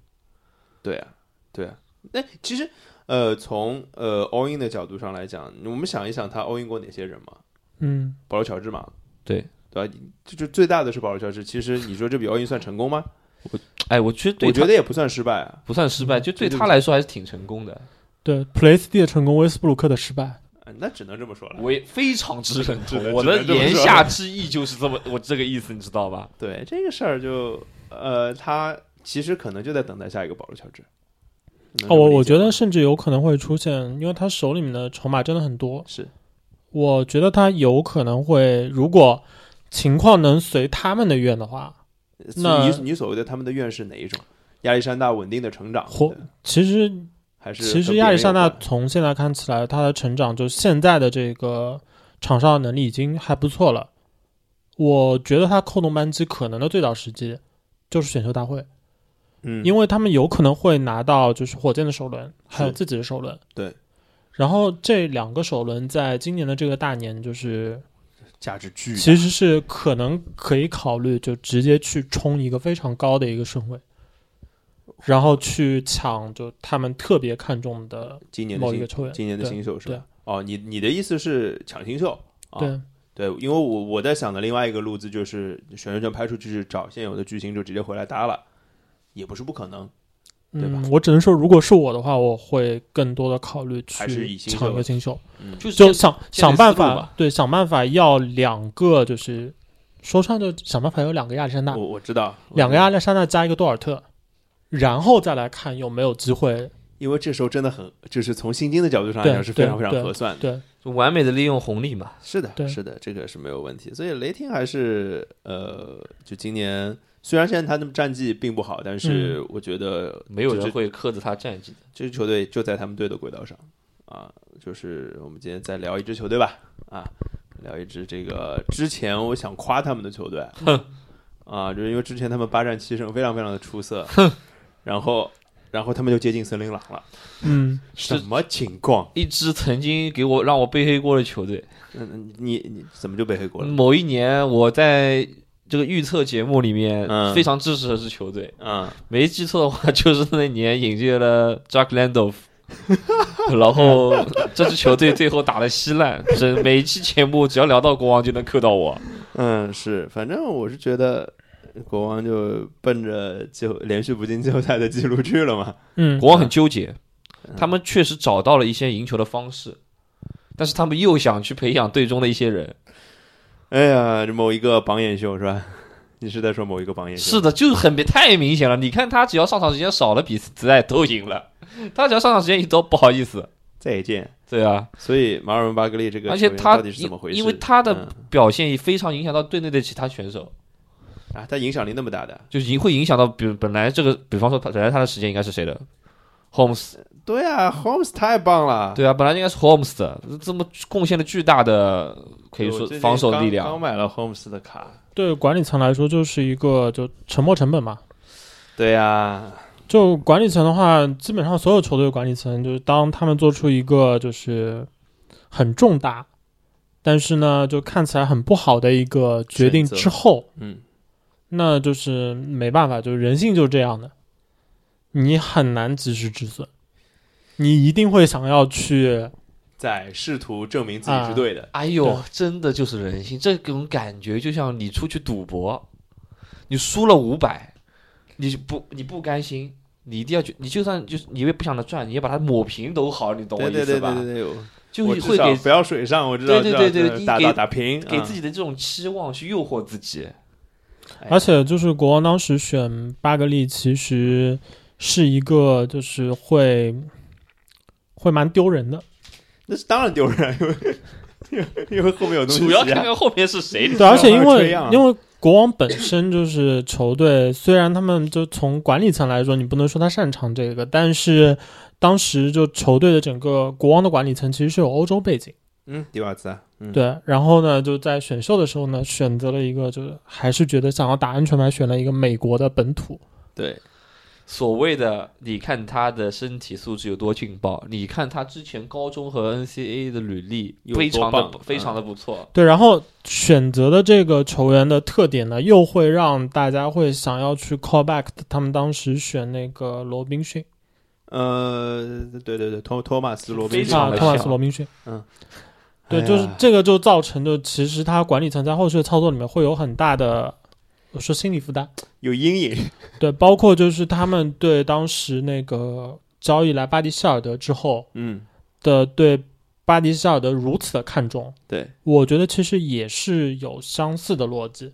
A: 对啊，对啊。那其实，呃，从呃 all in 的角度上来讲，我们想一想，他 all in 过哪些人嘛？
B: 嗯，
A: 保罗·乔治嘛，
C: 对
A: 对吧？就就最大的是保罗·乔治。其实你说这笔 all in 算成功吗？
C: 哎，我觉得对
A: 我觉
C: 他
A: 得也不算失败啊。
C: 不算失败，就
A: 对
C: 对
A: 对
C: 他来说还是挺成功的。
B: 对，普雷斯蒂的成功，威斯布鲁克的失败。
A: 啊那只能这么说了。
C: 我也非常之认
A: 只
C: 同，
A: 能
C: 我的
A: 只能这么
C: 言
A: 说
C: 下之意就是这么，我这个意思你知道吧？
A: 对这个事儿就，呃，他其实可能就在等待下一个保罗·乔治。能这么
B: 哦，我
A: 理解
B: 我觉
A: 吗
B: 得甚至有可能会出现，因为他手里面的筹码真的很多。
A: 是
B: 我觉得他有可能会，如果情况能随他们的愿的话，那
A: 你你所谓的他们的愿是哪一种？亚历山大稳定的成长，
B: 或其实
A: 还是
B: 其
A: 和
B: 实
A: 别
B: 亚历
A: 人有
B: 山大
A: 关
B: 从现在看起来，他的成长就现在的这个场上的能力已经还不错了。我觉得他扣动扳机可能的最早时机就是选秀大会，
A: 嗯，
B: 因为他们有可能会拿到就是火箭的首轮，还有
A: 是
B: 自己的首轮。
A: 对。
B: 然后这两个首轮在今年的这个大年，就是
A: 价值巨大
B: 其实是可能可以考虑就直接去冲一个非常高的一个顺位，
A: 哦
B: 然后去抢就他们特别看重的
A: 今年的
B: 某一
A: 新
B: 个球员。
A: 今年的
B: 对
A: 新秀是
B: 对
A: 吧？哦，你你的意思是抢新秀？啊、
B: 对，
A: 对，因为我我在想的另外一个路子就是选秀权拍出去是找现有的巨星就直接回来搭了，也不是不可能，对吧
B: 嗯，我只能说，如果是我的话，我会更多的考虑
A: 还是以
B: 去
A: 新秀
B: 抢一个新秀，
A: 嗯，
C: 就是
B: 就
C: 这
B: 想
C: 现在
B: 想办
C: 思路
B: 法
C: 吧，
B: 对，想办法要两个，就是说穿就想办法有两个亚历山大
A: 我，哦我知道
B: 两个
A: 呀，
B: 亚历山大加一个多尔特，然后再来看有没有机会。
A: 因为这时候真的很，就是从薪金的角度上来讲
B: 对
A: 是非常非
B: 对
A: 常合算的，
B: 对，
C: 就完美的利用红利嘛。
A: 是的，
B: 对
A: 是的，这个是没有问题。所以雷霆还是呃，就今年虽然现在他的战绩并不好，但
B: 嗯
A: 是我觉得
C: 没有
A: 这
C: 人会克制他战绩的。
A: 这支球队就在他们队的轨道上啊。就是我们今天再聊一支球队吧，啊，聊一支这个之前我想夸他们的球队，啊，就是因为之前他们八战七胜，非常非常的出色，然后然后他们就接近森林狼了，
B: 嗯，
C: 是
A: 什么情况？
C: 一支曾经给我让我背黑锅的球队，
A: 嗯，你你怎么就被黑锅了？
C: 某一年我在这个预测节目里面
A: 嗯
C: 非常支持这支球队，
A: 嗯，
C: 没记错的话 就是那年引进了 Jack Landoff，然后这支球队最后打得稀烂，这每一期节目只要聊到国王就能扣到我。
A: 嗯，是，反正我是觉得国王就奔着季后连续不进季后赛的记录去了嘛。
B: 嗯，
C: 国王很纠结，
A: 嗯
C: 他们确实找到了一些赢球的方式，但是他们又想去培养队中的一些人。
A: 哎呀，这某一个榜眼秀是吧？ 你是在说某一个榜眼秀？
C: 是的，就是很明太明显了。你看他只要上场时间少了，比赛都赢了。 他只要上场时间一多，不好意思，
A: 再见。
C: 对啊。
A: 所以马尔文巴格利这个
C: 而且
A: 球员
C: 他
A: 到底是怎么回事？
C: 因为他的
A: 嗯
C: 表现也非常影响到队内的其他选手，
A: 啊，他影响力那么大的，
C: 就是影会影响到比本来这个，比方说他本来他的时间应该是谁的，Holmes，
A: 对啊，Holmes 太棒了，
C: 对啊，本来应该是 Holmes 的，这么贡献了巨大的可以
A: 我
C: 说
A: 最近
C: 防守
A: 刚
C: 力量。
A: 刚买了 Holmes 的卡，
B: 对管理层来说就是一个就沉没成本嘛。
A: 对啊，
B: 就管理层的话，基本上所有球队的管理层，就是当他们做出一个就是很重大，但是呢，就看起来很不好的一个决定
A: 选择
B: 之后，
A: 嗯，
B: 那就是没办法，就是人性就是这样的，你很难及时止损，你一定会想要去
A: 在试图证明自己是对的，
C: 哎呦
B: 对，
C: 真的就是人性，这种感觉就像你出去赌博，你输了五百，你不你不甘心，你一定要去，你就算就是你也不想着赚，你也把它抹平都好，你懂我
A: 对
C: 意思吧？
A: 对对对对对，我
C: 就
A: 我
C: 是
A: 至
C: 会
A: 少
C: 给
A: 不要水上，我知道，
C: 对
A: 知道
C: 对对
A: 知道
C: 对
A: 打
C: 给
A: 打打平，
C: 给
A: 啊
C: 自己的这种期望去诱惑自己。
A: 哎
B: 而且就是国王当时选巴格利，其实是一个就是会会蛮丢人的，
A: 那是当然丢人，啊因为因为后面有东西
C: 主要
A: 骑
C: 看
A: 啊
C: 看后面是谁。
B: 对，而且因
A: 还有
B: 为
A: 吹
C: 啊
A: 样
B: 因为国王本身就是球队，虽然他们就从管理层来说，你不能说他擅长这个，但是当时就球队的整个国王的管理层其实是有欧洲背景，
A: 嗯，迪瓦兹啊，嗯，
B: 对，然后呢就在选秀的时候呢，选啊择了一个就是还是觉得想要打安全牌，选了一个美国的本土，
A: 对，
C: 所谓的你看他的身体素质有多劲爆，你看他之前高中和 NCAA 的履历
A: 有
C: 非
A: 多
C: 常嗯
A: 棒
C: 的非常的不错，
B: 对，然后选择的这个球员的特点呢，又会让大家会想要去 call back 他们当时选那个罗宾逊
A: 呃，对对对，托托马斯罗宾
C: 非
A: 逊
C: 常
B: 啊，
C: 的
B: 托马斯
C: 像
B: 罗宾逊。
A: 哎
B: 对，
A: 呀
B: 就是这个就造成就其实他管理层在后续的操作里面会有很大的，我说心理负担。
A: 有阴 影。
B: 对，包括就是他们对当时那个交易来巴蒂希尔德之后
A: 嗯，
B: 的对巴蒂希尔德如此的看重，
A: 对，
B: 我觉得其实也是有相似的逻辑。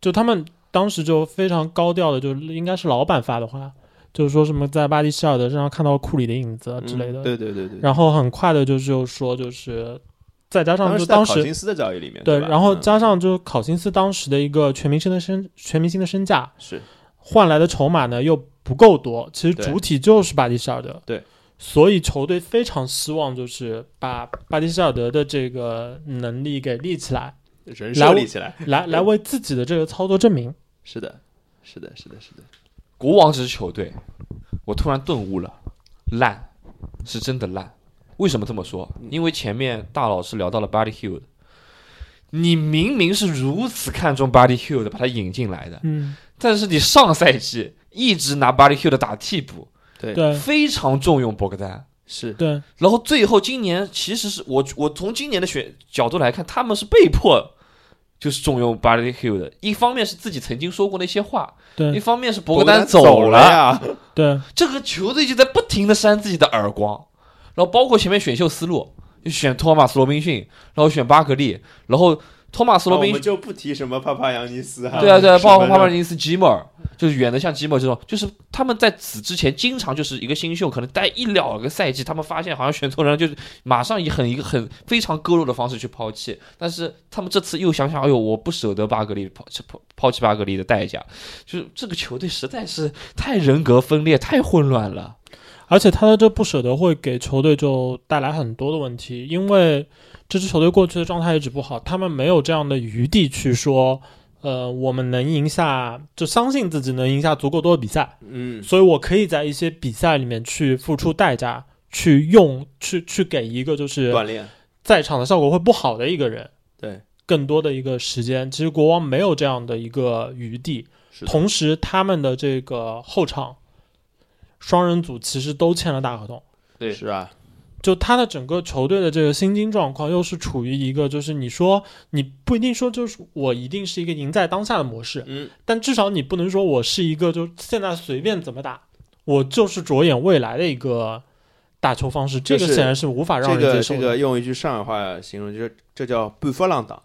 B: 就他们当时就非常高调的，就应该是老板发的话，就是说什么在巴蒂希尔德身上看到库里的影子啊之类
A: 嗯
B: 的。
A: 对对对对。
B: 然后很快的就是又说就是再加上
A: 当
B: 就
A: 时在
B: 当
A: 考
B: 时
A: 辛斯的交易里面，
B: 对，
A: 吧
B: 然后
A: 嗯
B: 加上就是考辛斯当时的一个全明星的身全明星的身价，
A: 是
B: 换来的筹码呢又不够多，其实
A: 对
B: 主体就是巴蒂希尔德。
A: 对，
B: 所以球队非常希望就是把巴蒂希尔德的这个能力给立起来，
A: 人
B: 莱
A: 设
B: 乌
A: 立起来，
B: 来来为自己的这个操作证明。
A: 是的，是的，是的，是的，
C: 国王这支球队，我突然顿悟了，烂，是真的烂。为什么这么说？因为前面大老师聊到了 Body Hill，你明明是如此看重 Body Hill 的，把他引进来的，
B: 嗯，
C: 但是你上赛季一直拿 Body Hill 的打替补，
A: 对
B: 对
C: 非常重用博格丹。
A: 是
B: 对
C: 然后最后今年其实是我我从今年的选角度来看，他们是被迫就是重用 Body Hill 的。一方面是自己曾经说过那些话，一
B: 对
C: 方面是博
A: 格
C: 格丹
A: 走
C: 了。
A: 呀，
B: 对
C: 这个球队就在不停的扇自己的耳光，然后包括前面选秀思路，就选托马斯罗宾逊，然后选巴格利，然后托马斯
A: 那
C: 罗
A: 我
C: 宾
A: 们
C: 逊，
A: 就不提什么帕帕扬尼斯啊，
C: 对啊对啊，
A: 什
C: 包
A: 么
C: 括
A: 的
C: 帕帕林斯、吉姆尔，就是远的像吉姆尔这种，就是他们在此之前经常就是一个新秀，可能待一两个赛季，他们发现好像选错人了，就是马上以很一个很非常割肉的方式去抛弃，但是他们这次又想想，哎呦，我不舍得巴格利抛抛抛弃巴格利的代价，就是这个球队实在是太人格分裂、太混乱了。
B: 而且他的这不舍得会给球队就带来很多的问题，因为这支球队过去的状态一直不好，他们没有这样的余地去说，呃，我们能赢下，就相信自己能赢下足够多的比赛。
A: 嗯，
B: 所以我可以在一些比赛里面去付出代价，去用去去给一个就是
A: 锻炼，
B: 在场的效果会不好的一个人
A: 对，
B: 更多的一个时间。其实国王没有这样的一个余地，
A: 是的
B: 同时他们的这个后场双人组其实都签了大合同。
C: 对
A: 是啊，
B: 就他的整个球队的这个薪金状况，又是处于一个就是你说你不一定说就是我一定是一个赢在当下的模式，
A: 嗯，
B: 但至少你不能说我是一个就现在随便怎么打，我就是着眼未来的一个打球方式，这
A: 就
B: 个
A: 是
B: 显然是无法让
A: 这
B: 人接
A: 个
B: 受
A: 这
B: 的。
A: 个用一句上海话形容，就是这叫不佛浪党，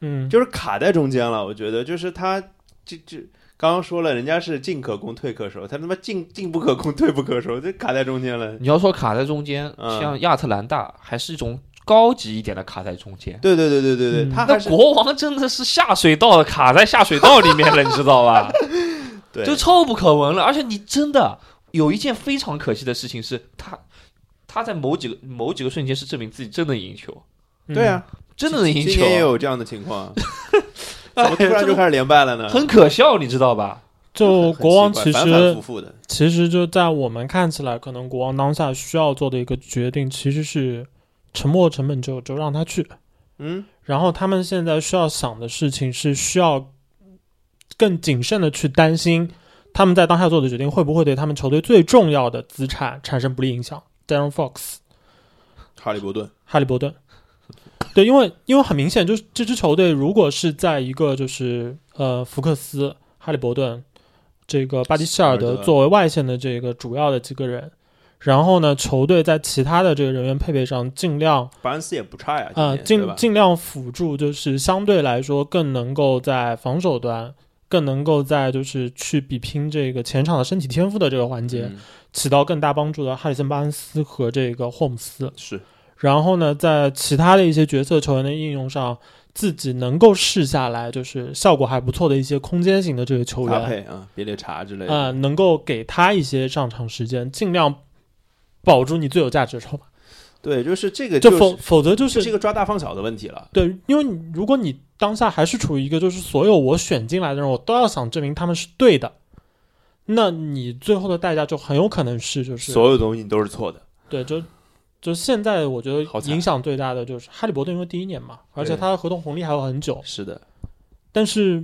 B: 嗯，
A: 就是卡在中间了。我觉得就是他这这刚刚说了，人家是进可攻退可守，他他妈进进不可攻退不可守，这卡在中间了。
C: 你要说卡在中间，
A: 嗯
C: 像亚特兰大还是一种高级一点的卡在中间。
A: 对对对对对对，
B: 嗯
A: 他还
C: 那
A: 是
C: 国王真的是下水道的，卡在下水道里面了，你知道吧？
A: 对
C: 就臭不可闻了。而且你真的有一件非常可惜的事情是，他他在某几个某几个瞬间是证明自己真的赢球，
B: 嗯
A: 对，啊，
C: 真的能赢
A: 今
C: 球
A: 年，也有这样的情 况，
C: 哎
A: 怎么突然就开始连败了呢？
C: 很可笑，你知道吧？
B: 就
A: 很
B: 国王
A: 奇怪
B: 其实
A: 反反复复的，
B: 其实就在我们看起来，可能国王当下需要做的一个决定其实是沉没成本就就让他去，
A: 嗯，
B: 然后他们现在需要想的事情是需要更谨慎的去担心他们在当下做的决定会不会对他们球队最重要的资产产生不利影响。Darren Fox。
A: 哈利伯顿，
B: 哈利伯顿。对，因为因为很明显，就是这支球队如果是在一个就是呃福克斯、哈利伯顿这个巴蒂希尔
A: 希尔
B: 德
A: 德
B: 作为外线的这个主要的几个人，然后呢，球队在其他的这个人员配备上尽量
A: 巴恩斯也不差呀，今
B: 啊，
A: 年对
B: 尽
A: 吧
B: 尽量辅助，就是相对来说更能够在防守端，更能够在就是去比拼这个前场的身体天赋的这个环节，
A: 嗯
B: 起到更大帮助的哈里森巴恩斯和这个霍姆斯。
A: 是
B: 然后呢，在其他的一些角色球员的应用上，自己能够试下来，就是效果还不错的一些空间型的这个球
A: 搭
B: 员，
A: 配啊，别列查之类的，
B: 啊、能够给他一些上场时间，尽量保住你最有价值的筹码。
A: 对，就是这个
B: 就
A: 就
B: 否
A: 是
B: 否则
A: 这
B: 就是
A: 是一个抓大放小的问题了，
B: 对，因为你如果你当下还是处于一个就是所有我选进来的人，我都要想证明他们是对的，那你最后的代价就很有可能是就是
A: 所有东西都是错的。
B: 对，就就现在我觉得
A: 好惨
B: 影响最大的就是《哈利波特》，因为第一年嘛，而且
A: 对
B: 它的合同红利还有很久。
A: 是的，
B: 但是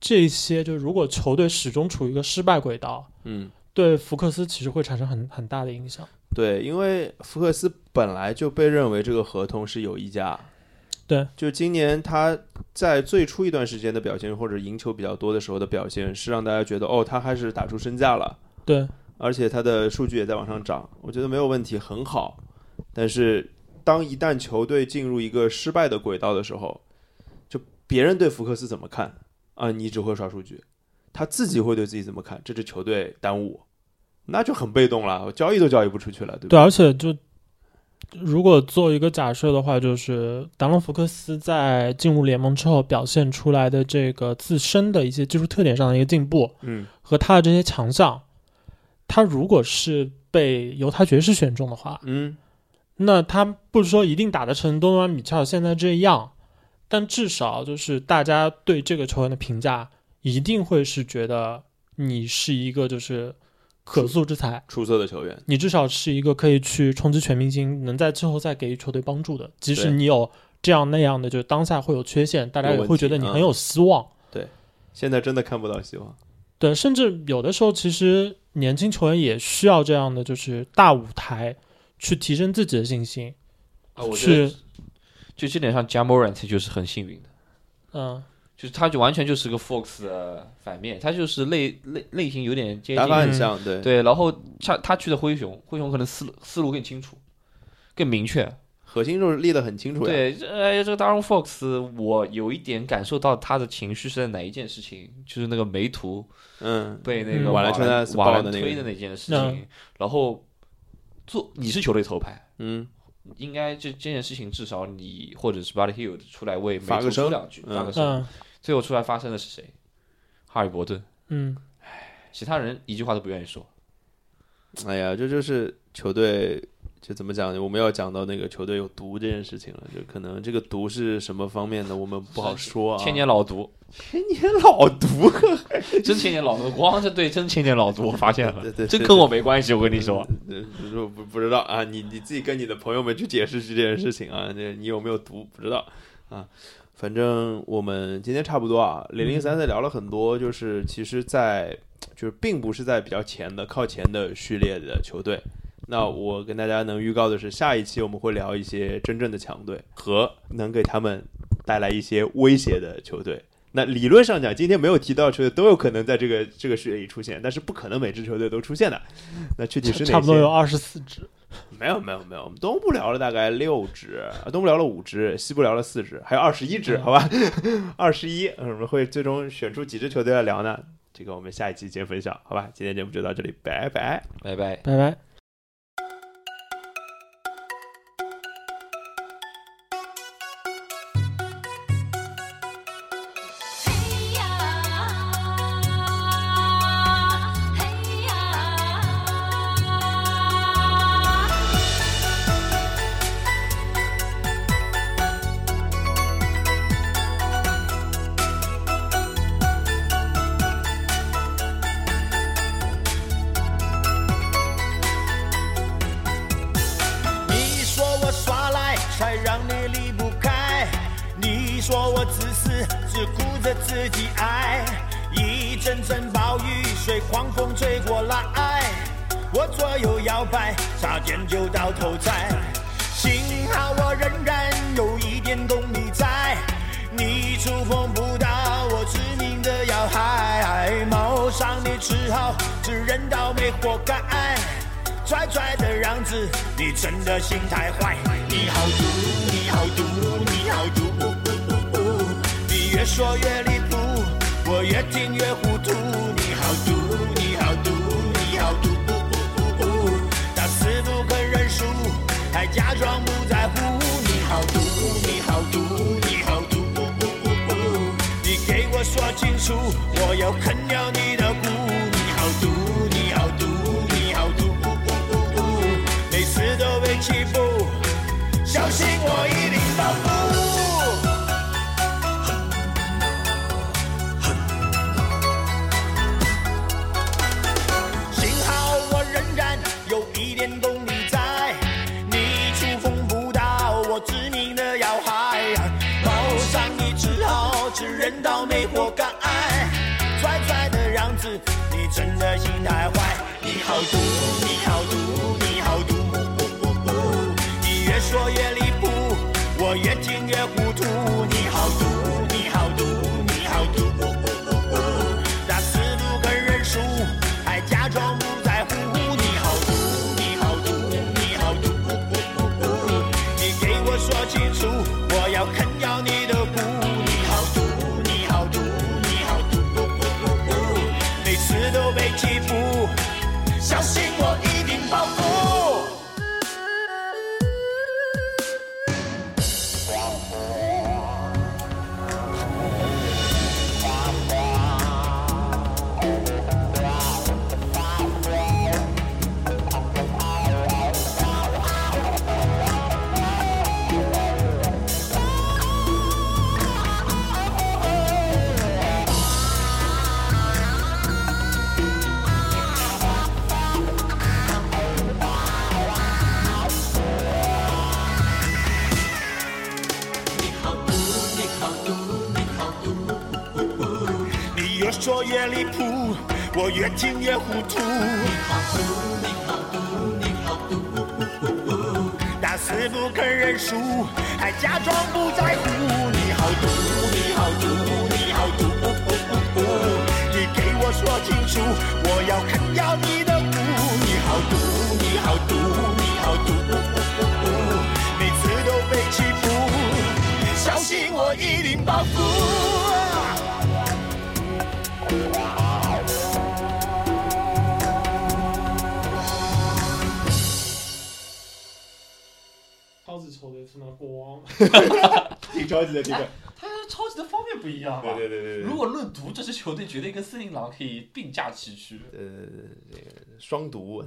B: 这些就是如果球队始终处于一个失败轨道，
A: 嗯，
B: 对福克斯其实会产生很很大的影响。
A: 对，因为福克斯本来就被认为这个合同是有溢价。
B: 对，
A: 就今年他在最初一段时间的表现，或者赢球比较多的时候的表现，是让大家觉得哦，他开始打出身价了。
B: 对，
A: 而且它的数据也在往上涨，我觉得没有问题，很好。但是当一旦球队进入一个失败的轨道的时候，就别人对福克斯怎么看啊？你只会刷数据，他自己会对自己怎么看？这支球队耽误我，那就很被动了，我交易都交易不出去了，对不啊
B: 对，？而且就如果做一个假设的话，就是达隆福克斯在进入联盟之后表现出来的这个自身的一些技术特点上的一个进步
A: 嗯，
B: 和他的这些强项，他如果是被犹他爵士选中的话，
A: 嗯，
B: 那他不是说一定打得成多诺米切尔现在这样，但至少就是大家对这个球员的评价一定会是觉得你是一个就是可塑之才。
A: 出色的球员，
B: 你至少是一个可以去冲击全明星，能在之后再给予球队帮助的。即使
A: 对
B: 你有这样那样的，就是当下会有缺陷，大家也
A: 有问
B: 会
A: 题
B: 觉得你
A: 嗯
B: 很有希望。
A: 现在真的看不到希望。
B: 对，甚至有的时候，其实年轻球员也需要这样的，就是大舞台去提升自己的信心。
C: 啊，我觉得
B: 是，
C: 就这点上 j a m o r a n t 就是很幸运的，
B: 嗯，
C: 就是他就完全就是个 Fox 的反面，他就是类类类型有点接
A: 打法
C: 近，
A: 很像，对，
C: 对，然后他他去的灰熊，灰熊可能思路思路更清楚，更明确，
A: 核心就是立得很
B: 啊
A: 清楚呀。
C: 对，这呃，这个 Darren Fox，我有一点感受到他的情绪是在哪一件事情，就是那个梅图
A: 嗯，
C: 被那个
B: 嗯
A: 瓦
C: 瓦
A: 莱
C: 兰
A: 乔纳斯
C: 瓦
A: 爆
C: 兰
A: 的那个
C: 推的那件事
B: 嗯
C: 情，然后做你是球队头牌，
A: 嗯，
C: 应该这这件事情至少你或者是 Buddy Hill 出来为梅
A: 发
C: 图
A: 个声
C: 说两句，发
A: 嗯
C: 个声。
B: 嗯
C: 最后出来发声的是谁？哈利伯顿，
B: 嗯，
C: 其他人一句话都不愿意说。
A: 哎呀，这就是球队，就怎么讲呢？我们要讲到那个球队有毒这件事情了，就可能这个毒是什么方面的，我们不好说啊。
C: 千年老毒，
A: 千年老毒，
C: 真千年老毒，国王这队真千年老毒，我发现了，
A: 对对对
C: 真跟我没关系，我跟你说。
A: 呃不不不知道啊，你你自己跟你的朋友们去解释这件事情啊，这你有没有毒不知道啊。反正我们今天差不多啊，零零散
B: 嗯
A: 散聊了很多，就是其实在，就是并不是在比较前的靠前的序列的球队。那我跟大家能预告的是，下一期我们会聊一些真正的强队和能给他们带来一些威胁的球队。那理论上讲，今天没有提到的球队都有可能在这个这个序列里出现，但是不可能每支球队都出现的。那具体是哪些？
B: 差不多有二十四支。
A: 没有没有没有，我们东部聊了大概六只，啊东部聊了五只，西部聊了四只，还有二十一只，
B: 嗯
A: 好吧， 二十一，嗯我们会最终选出几支球队来聊呢？这个我们下一期节目分享，好吧？今天节目就到这里，拜拜。
C: 拜拜。
B: 拜拜。
D: 嘿呀，嘿呀！
E: 你说我耍赖，才让你离不开；你说我自私，只顾着自己爱。一阵阵暴雨随狂风吹过来，我左右摇摆，差点就到头栽。幸好我仍然有一点功力在，你触碰不到我致命的要害，谋伤你只好自认倒霉活该。拽拽的样子，你真的心太坏。你好毒，你好毒，你好毒，呜呜呜呜你越说越离谱，我越听越糊涂。你好毒，你好毒，你好毒，呜呜呜呜他死不肯认输，还假装不在乎。你好毒，你好毒，你好毒，呜呜呜呜你给我说清楚，我要啃掉你的骨。你好毒，你好毒，你好毒，呜呜呜呜每次都被欺负，小心我一定报复。是人倒霉活该。拽拽的样子，你真的心太坏。你好毒，你好毒，你好毒，你越说越离谱，我越听越糊涂。你好毒，你好毒，你好毒，那死路跟认输，还假装不在乎。你好毒，你好毒，你好毒，你给我说清楚，我要啃掉你的骨。你好毒，你好毒，你好毒，每次都被欺负，小心我一定报复。你越说越离谱，我越听越糊涂。你好毒，你好毒，你好毒，打死不肯认输，还假装不在乎。你好毒，你好毒，你好毒，你给我说清楚，我要啃掉你的骨。你好毒，你好毒，你好毒，每次都被欺负，小心我一定报复。
B: 超级球队是那光，
A: 挺着急的，这个，
C: 哎他超级的方面不一样啊
A: 对对对对对
C: 如果论毒，这支球队绝对跟森林狼可以并驾齐驱。
A: 呃，这个双毒啊，